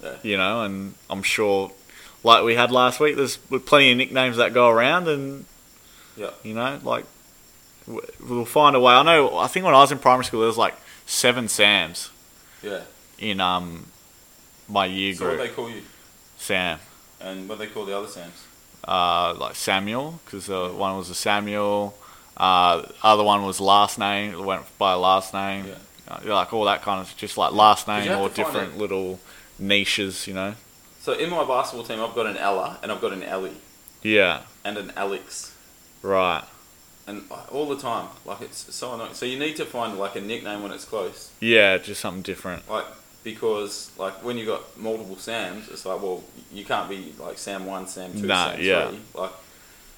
Speaker 1: Yeah.
Speaker 2: you know, and I'm sure, like we had last week, there's plenty of nicknames that go around, and,
Speaker 1: Yeah.
Speaker 2: you know, like, w- we'll find a way. I know, I think when I was in primary school, there was like seven Sams
Speaker 1: Yeah.
Speaker 2: in um my year
Speaker 1: So what
Speaker 2: group.
Speaker 1: they call you,
Speaker 2: Sam.
Speaker 1: and what they call the other Sams.
Speaker 2: Uh, like Samuel, because uh, one was a Samuel, uh, other one was last name, it went by last name,
Speaker 1: Yeah.
Speaker 2: Uh, like all that kind of just like last
Speaker 1: you
Speaker 2: name
Speaker 1: have
Speaker 2: or
Speaker 1: to find
Speaker 2: different
Speaker 1: it.
Speaker 2: little niches, you know?
Speaker 1: So in my basketball team, I've got an Ella and I've got an Ellie
Speaker 2: Yeah,
Speaker 1: and an Alex.
Speaker 2: right.
Speaker 1: and all the time, like it's so annoying. So you need to find like a nickname when it's close,
Speaker 2: Yeah, just something different.
Speaker 1: like because like when you got multiple Sams, it's like well you can't be like Sam one, Sam two,
Speaker 2: Nah,
Speaker 1: Sam
Speaker 2: yeah.
Speaker 1: three. Like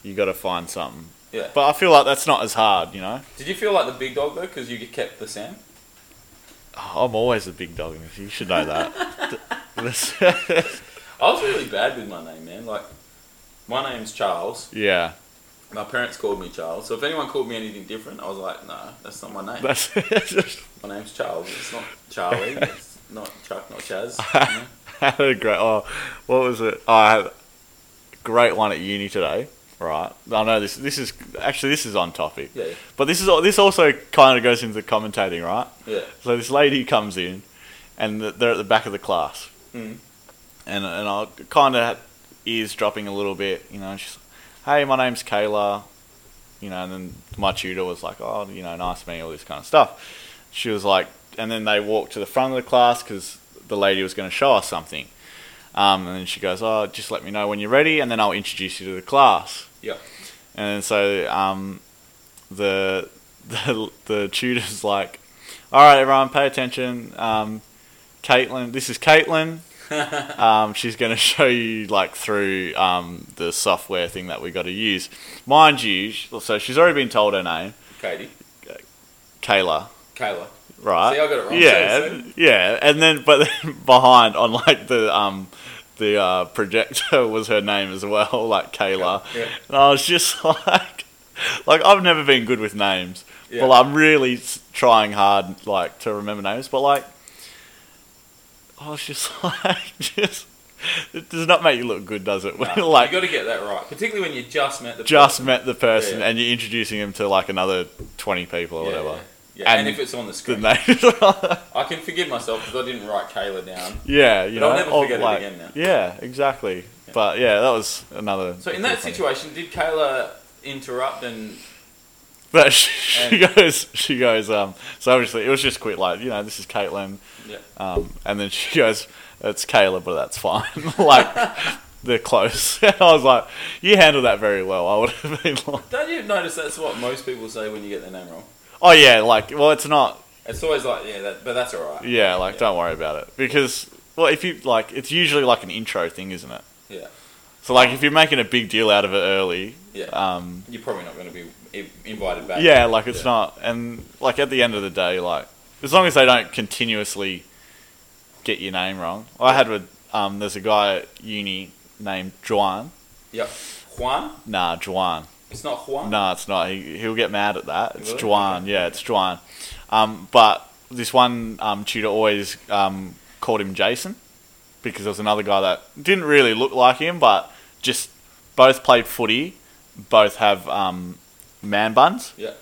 Speaker 2: You got to find something.
Speaker 1: yeah.
Speaker 2: But I feel like that's not as hard, you know?
Speaker 1: Did you feel like the big dog though because you kept the Sam?
Speaker 2: Oh, I'm always a big dog, you should know that. This-
Speaker 1: I was really bad with my name, man. Like my name's Charles.
Speaker 2: yeah,
Speaker 1: My parents called me Charles. So if anyone called me anything different, I was like, nah, that's not my name.
Speaker 2: that's
Speaker 1: my name's Charles. It's not Charlie. it's not Chuck. Not Chaz. you know?
Speaker 2: I had a great. Oh, what was it? Oh, I had a great one at uni today. Right. I know this. This is actually this is on topic.
Speaker 1: Yeah.
Speaker 2: But this is al- this also kind of goes into commentating, right?
Speaker 1: Yeah.
Speaker 2: So this lady comes in, and th- they're at the back of the class,
Speaker 1: Mm.
Speaker 2: and and I kind of ears dropping a little bit, you know. and She's, hey, my name's Kayla, you know, and then my tutor was like, oh, you know, nice to meet you, all this kind of stuff. She was like, and then they walked to the front of the class because the lady was going to show us something, um, and then she goes, oh, just let me know when you're ready, and then I'll introduce you to the class.
Speaker 1: Yeah.
Speaker 2: And so um, the, the the tutor's like, all right, everyone, pay attention. Um, Caitlin, this is Caitlin. um, she's going to show you like through um, the software thing that we got to use, mind you. sh- So she's already been told her name,
Speaker 1: Katie.
Speaker 2: Kayla,
Speaker 1: Kayla.
Speaker 2: right?
Speaker 1: See, I got it wrong.
Speaker 2: Yeah,
Speaker 1: Sorry,
Speaker 2: yeah. And then, but then behind on like the um, the uh, projector was her name as well, like Kayla.
Speaker 1: Yeah.
Speaker 2: And I was just like, like I've never been good with names.
Speaker 1: Yeah.
Speaker 2: Well, I'm really s- trying hard, like to remember names, but like, I was just like, just it does not make you look good, does it? When
Speaker 1: Nah,
Speaker 2: like
Speaker 1: you got to get that right, particularly when you just met the
Speaker 2: just
Speaker 1: person.
Speaker 2: met the person
Speaker 1: Yeah.
Speaker 2: and you're introducing them to like another twenty people or
Speaker 1: Yeah,
Speaker 2: whatever.
Speaker 1: Yeah, yeah. And,
Speaker 2: And
Speaker 1: if it's on the
Speaker 2: The
Speaker 1: screen,
Speaker 2: name.
Speaker 1: I can forgive myself because I didn't write Kayla down.
Speaker 2: yeah, you
Speaker 1: But I'll
Speaker 2: know.
Speaker 1: never
Speaker 2: or,
Speaker 1: forget it
Speaker 2: like-
Speaker 1: again now.
Speaker 2: Yeah, exactly. But yeah, that was another.
Speaker 1: So in that
Speaker 2: different-
Speaker 1: situation, did Kayla interrupt and
Speaker 2: But she, she goes, she goes. Um, so obviously it was just quit. Like you know, this is Caitlin,
Speaker 1: Yeah.
Speaker 2: um, and then she goes, "It's Caleb, but that's fine." like they're close. And I was like, "You handled that very well." I would have been like,
Speaker 1: Don't you notice that's what most people say when you get their name wrong?
Speaker 2: "Oh yeah, like well, it's not.
Speaker 1: It's always like, yeah, that, but that's all right.
Speaker 2: Yeah, like
Speaker 1: Yeah.
Speaker 2: don't worry about it because well, if you like, it's usually like an intro thing, isn't it?
Speaker 1: Yeah.
Speaker 2: So like if you're making a big deal out of it early,
Speaker 1: Yeah.
Speaker 2: um,
Speaker 1: You're probably not going to be i- invited back.
Speaker 2: Yeah, like it's
Speaker 1: Yeah.
Speaker 2: not, and like at the end of the day, like as long as they don't continuously get your name wrong. I had with um, there's a guy at uni named Juan.
Speaker 1: Yep. Juan?
Speaker 2: Nah, Juan.
Speaker 1: It's not Juan?
Speaker 2: Nah, it's not. He he'll get mad at that. It's
Speaker 1: Really?
Speaker 2: Juan. Yeah, it's Juan. Um, but this one um, tutor always um, called him Jason because there was another guy that didn't really look like him, but just both played footy, both have um, man buns.
Speaker 1: Yeah.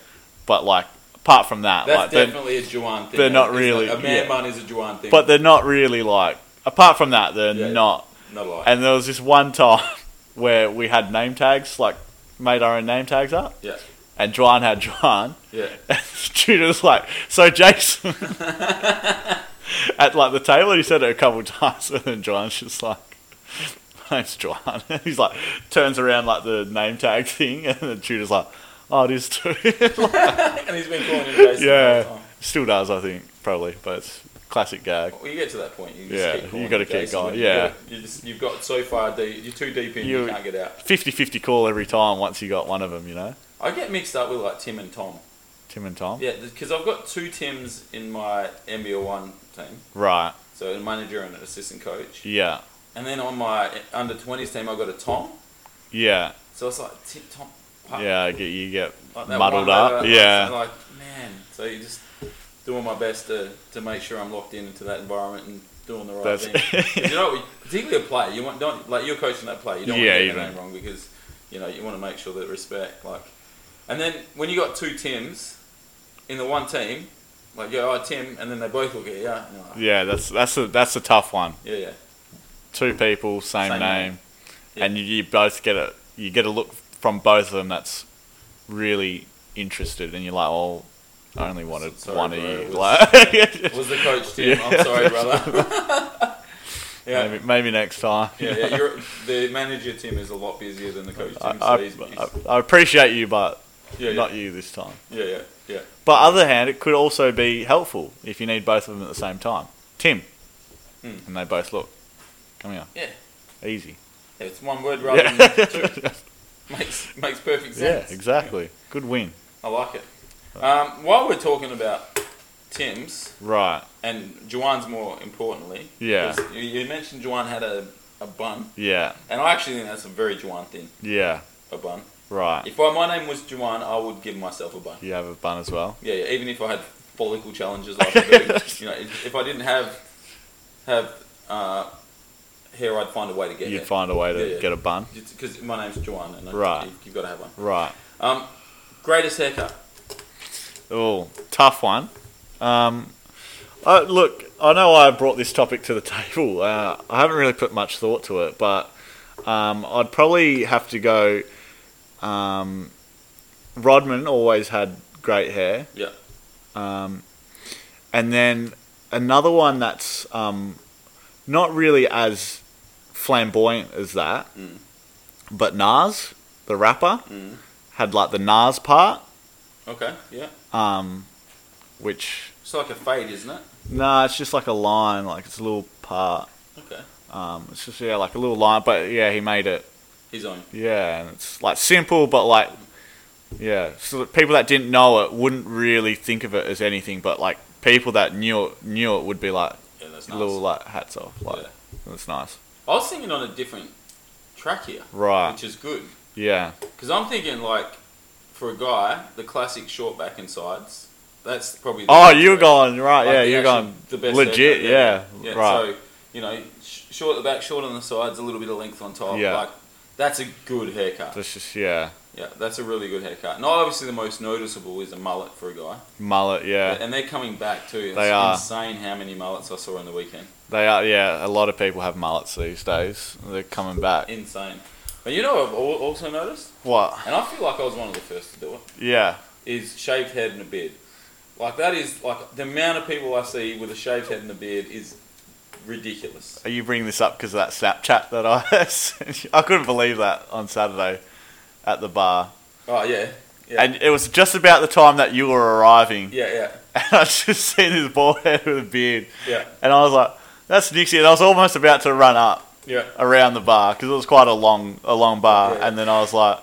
Speaker 2: But like, apart from that,
Speaker 1: That's
Speaker 2: like, Uh, they're,
Speaker 1: definitely a Juan thing.
Speaker 2: they're not
Speaker 1: isn't it?
Speaker 2: really-
Speaker 1: A man
Speaker 2: yeah.
Speaker 1: bun is a Juan thing.
Speaker 2: but they're not really like. Apart from that, they're
Speaker 1: Yeah.
Speaker 2: not.
Speaker 1: not a lot.
Speaker 2: And there was this one time where we had name tags, like made our own name tags up,
Speaker 1: Yeah.
Speaker 2: and Juan had Juan,
Speaker 1: Yeah.
Speaker 2: and the tutor was like, "So Jason." At like the table, and he said it a couple times, and then John's just like, "My name's John." And he's like, turns around like the name tag thing, and the tutor's like, "Oh, it is too."
Speaker 1: and he's been calling him Jason.
Speaker 2: Yeah.
Speaker 1: the whole time.
Speaker 2: Still does, I think, probably, but it's classic gag.
Speaker 1: Well, you get to that point. You just
Speaker 2: Yeah,
Speaker 1: keep calling
Speaker 2: you gotta
Speaker 1: him
Speaker 2: keep
Speaker 1: Jason.
Speaker 2: going,
Speaker 1: You
Speaker 2: yeah.
Speaker 1: gotta- You just, you've got so far deep. You're too deep in. You,
Speaker 2: You-
Speaker 1: can't get out.
Speaker 2: 50-50 call every time once you got one of them, you know?
Speaker 1: I get mixed up with like Tim and Tom.
Speaker 2: Tim and Tom.
Speaker 1: Yeah, because I've got two Tims in my NBL one team.
Speaker 2: Right.
Speaker 1: So a manager and an assistant coach.
Speaker 2: Yeah.
Speaker 1: And then on my under 20s team, I've got a Tom.
Speaker 2: Yeah.
Speaker 1: So it's like Tim Tom. Putton.
Speaker 2: Yeah, I get, you get
Speaker 1: Uh, like that
Speaker 2: muddled
Speaker 1: one
Speaker 2: up.
Speaker 1: over,
Speaker 2: Yeah.
Speaker 1: Like, man, so you just doing my best to, to make sure I'm locked into that environment and doing the right
Speaker 2: That's-
Speaker 1: thing. 'Cause you know, particularly a player, you want don't like you're coaching that player. You don't
Speaker 2: Yeah,
Speaker 1: want to get
Speaker 2: even.
Speaker 1: their name wrong because you know you want to make sure that respect. Like, and then when you got two Tims in the one team, like you're oh, Tim, and then they both look at you. Yeah, and you're like,
Speaker 2: Yeah, that's that's a that's a tough one.
Speaker 1: yeah, yeah.
Speaker 2: Two people, same,
Speaker 1: Same name.
Speaker 2: name,
Speaker 1: Yeah.
Speaker 2: and you, you both get a you get a look from both of them that's really interested, and you're like, well, I only wanted
Speaker 1: Sorry,
Speaker 2: one
Speaker 1: bro,
Speaker 2: of
Speaker 1: it
Speaker 2: you.
Speaker 1: was-
Speaker 2: Like,
Speaker 1: Was the coach Tim? I'm
Speaker 2: Yeah.
Speaker 1: sorry, brother. yeah.
Speaker 2: maybe, maybe next time.
Speaker 1: Yeah, yeah, you're, the manager team is a lot busier than the coach team.
Speaker 2: I,
Speaker 1: so
Speaker 2: I,
Speaker 1: he's,
Speaker 2: I, I appreciate you, but
Speaker 1: yeah, yeah.
Speaker 2: not you this time.
Speaker 1: Yeah, yeah, yeah.
Speaker 2: But other hand, it could also be helpful if you need both of them at the same time. Tim,
Speaker 1: Mm.
Speaker 2: and they both look. Come here.
Speaker 1: Yeah.
Speaker 2: Easy.
Speaker 1: Yeah, It's one word rather than two.
Speaker 2: Yeah.
Speaker 1: Makes makes perfect
Speaker 2: yeah.
Speaker 1: sense.
Speaker 2: Exactly. Good win.
Speaker 1: I like it. Um, while we're talking about Tim's
Speaker 2: Right.
Speaker 1: and Juwan's more importantly,
Speaker 2: Yeah.
Speaker 1: 'cause you, you mentioned Juwan had a, a bun,
Speaker 2: Yeah.
Speaker 1: and I actually think that's a very Juwan thing.
Speaker 2: Yeah.
Speaker 1: A bun.
Speaker 2: Right.
Speaker 1: If I, my name was Juwan, I would give myself a bun.
Speaker 2: You have a bun as well.
Speaker 1: Yeah, yeah. Even if I had follicle challenges, like I do, you know, if, if I didn't have have uh, hair, I'd find a way to get
Speaker 2: You'd
Speaker 1: it
Speaker 2: find a way to
Speaker 1: Yeah, yeah.
Speaker 2: get a bun.
Speaker 1: because my name's Juwan, and I,
Speaker 2: Right.
Speaker 1: you, you've got to have one.
Speaker 2: Right.
Speaker 1: Um, greatest haircut.
Speaker 2: Oh, tough one. Um, I, look, I know I brought this topic to the table. Uh, I haven't really put much thought to it, but um, I'd probably have to go. Um, Rodman always had great hair.
Speaker 1: Yeah.
Speaker 2: Um, and then another one that's um, not really as flamboyant as that,
Speaker 1: Mm.
Speaker 2: but Nas, the rapper,
Speaker 1: Mm.
Speaker 2: had like the Nas part,
Speaker 1: Okay. Yeah.
Speaker 2: um, which
Speaker 1: It's like a fade, isn't it?
Speaker 2: nah, it's just like a line, like it's a little part.
Speaker 1: Okay.
Speaker 2: Um, it's just yeah, like a little line, but yeah, he made it.
Speaker 1: His own.
Speaker 2: Yeah, and it's like simple, but like yeah, so that people that didn't know it wouldn't really think of it as anything, but like people that knew it, knew it would be like
Speaker 1: Yeah, that's
Speaker 2: little
Speaker 1: nice.
Speaker 2: like hats off, like
Speaker 1: Yeah.
Speaker 2: that's nice.
Speaker 1: I was thinking on a different track here,
Speaker 2: Right?
Speaker 1: which is good
Speaker 2: Yeah,
Speaker 1: because I'm thinking like for a guy, the classic short back and sides. That's probably. The
Speaker 2: Oh,
Speaker 1: best
Speaker 2: you're
Speaker 1: way.
Speaker 2: going right.
Speaker 1: Like,
Speaker 2: yeah,
Speaker 1: the
Speaker 2: you're
Speaker 1: actual-
Speaker 2: going
Speaker 1: the best
Speaker 2: legit.
Speaker 1: haircut, yeah.
Speaker 2: Yeah,
Speaker 1: Yeah,
Speaker 2: right.
Speaker 1: So you know, sh- short at the back, short on the sides, a little bit of length on top.
Speaker 2: Yeah.
Speaker 1: Like that's a good haircut.
Speaker 2: That's just yeah,
Speaker 1: Yeah, that's a really good haircut. And obviously, the most noticeable is a mullet for a guy.
Speaker 2: mullet. Yeah,
Speaker 1: And they're coming back too. It's
Speaker 2: They are.
Speaker 1: insane how many mullets I saw on the weekend.
Speaker 2: they are. Yeah, a lot of people have mullets these days. They're coming back.
Speaker 1: Insane. But you know what I've al- also noticed?
Speaker 2: What?
Speaker 1: And I feel like I was one of the first to do it.
Speaker 2: Yeah,
Speaker 1: is shaved head and a beard. Like that is like the amount of people I see with a shaved head and a beard is ridiculous.
Speaker 2: Are you bringing this up because of that Snapchat that I sent you? I couldn't believe that on Saturday at the bar.
Speaker 1: Oh yeah, yeah,
Speaker 2: And it was just about the time that you were arriving.
Speaker 1: yeah, yeah,
Speaker 2: And I just seen this bald head with a beard.
Speaker 1: yeah,
Speaker 2: And I was like, that's Nixie. And I was almost about to run up
Speaker 1: yeah.
Speaker 2: around the bar because it was quite a long, a long bar.
Speaker 1: Yeah.
Speaker 2: And then I was like,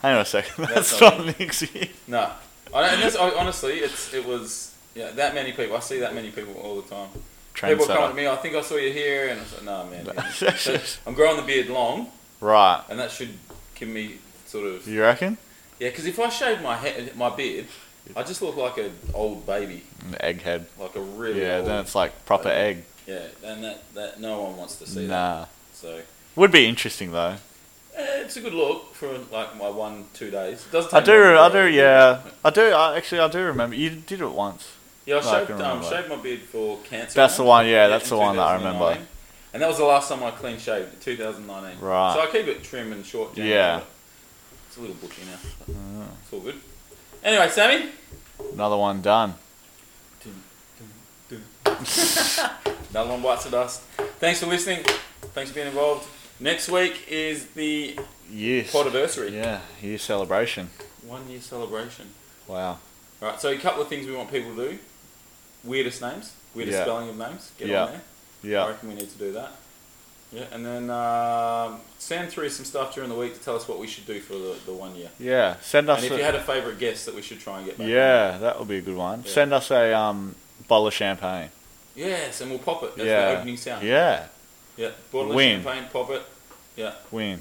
Speaker 2: hang on a second, that's,
Speaker 1: That's not
Speaker 2: not, Nixie.
Speaker 1: No, I don't, and that's, I, honestly, it's it was yeah that many people. I see that many people all the time. People come up to
Speaker 2: Trendsetter.
Speaker 1: me. I think I saw you here, and I was like, no, man.
Speaker 2: No.
Speaker 1: So, I'm growing the beard long,
Speaker 2: Right.
Speaker 1: and that should give me sort of
Speaker 2: You reckon?
Speaker 1: yeah. Because if I shave my head, my beard, I just look like an old baby,
Speaker 2: An egghead.
Speaker 1: like a really
Speaker 2: Yeah,
Speaker 1: old.
Speaker 2: then it's like proper egg.
Speaker 1: yeah, and that that no one wants to see that.
Speaker 2: Nah.
Speaker 1: So.
Speaker 2: Would be interesting though.
Speaker 1: Eh, It's a good look for like my one two days. It doesn't
Speaker 2: I
Speaker 1: take long
Speaker 2: do,
Speaker 1: to
Speaker 2: I
Speaker 1: grow.
Speaker 2: do, yeah. I do, I, actually, I do remember. You did it once.
Speaker 1: Yeah, I
Speaker 2: No, I
Speaker 1: shaved,
Speaker 2: can
Speaker 1: um,
Speaker 2: remember.
Speaker 1: shaved my beard for cancer.
Speaker 2: That's the
Speaker 1: month.
Speaker 2: one, yeah,
Speaker 1: in
Speaker 2: that's the one that I
Speaker 1: 2009.
Speaker 2: remember.
Speaker 1: And that was the last time I clean shaved, in 2019.
Speaker 2: Right.
Speaker 1: So I keep it trim and short. Generally.
Speaker 2: Yeah. Ah.
Speaker 1: but It's a little bushy now. but It's all good. Anyway, Sammy.
Speaker 2: Another one done.
Speaker 1: Another one bites the dust. Thanks for listening. Thanks for being involved. Next week is the
Speaker 2: Yes.
Speaker 1: Podiversary.
Speaker 2: Yeah, year celebration.
Speaker 1: One year celebration.
Speaker 2: Wow.
Speaker 1: All right, so a couple of things we want people to do. Weirdest names. Weirdest
Speaker 2: Yeah.
Speaker 1: spelling of names. Get
Speaker 2: Yeah.
Speaker 1: on there. I
Speaker 2: Yeah.
Speaker 1: reckon we need to do that. Yeah, and then um, send through some stuff during the week to tell us what we should do for the, the one year.
Speaker 2: Yeah. Send us
Speaker 1: and if
Speaker 2: a,
Speaker 1: you had a favourite guest that we should try and get back. on.
Speaker 2: Yeah, that would be a good one.
Speaker 1: Yeah.
Speaker 2: Send us a um, bottle of champagne.
Speaker 1: Yes, and we'll pop it. That's
Speaker 2: Yeah.
Speaker 1: the opening sound.
Speaker 2: Yeah.
Speaker 1: Yeah. Bottle of
Speaker 2: Win.
Speaker 1: champagne, pop it.
Speaker 2: Win.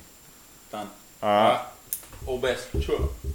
Speaker 1: Done.
Speaker 2: All right.
Speaker 1: All best. Sure.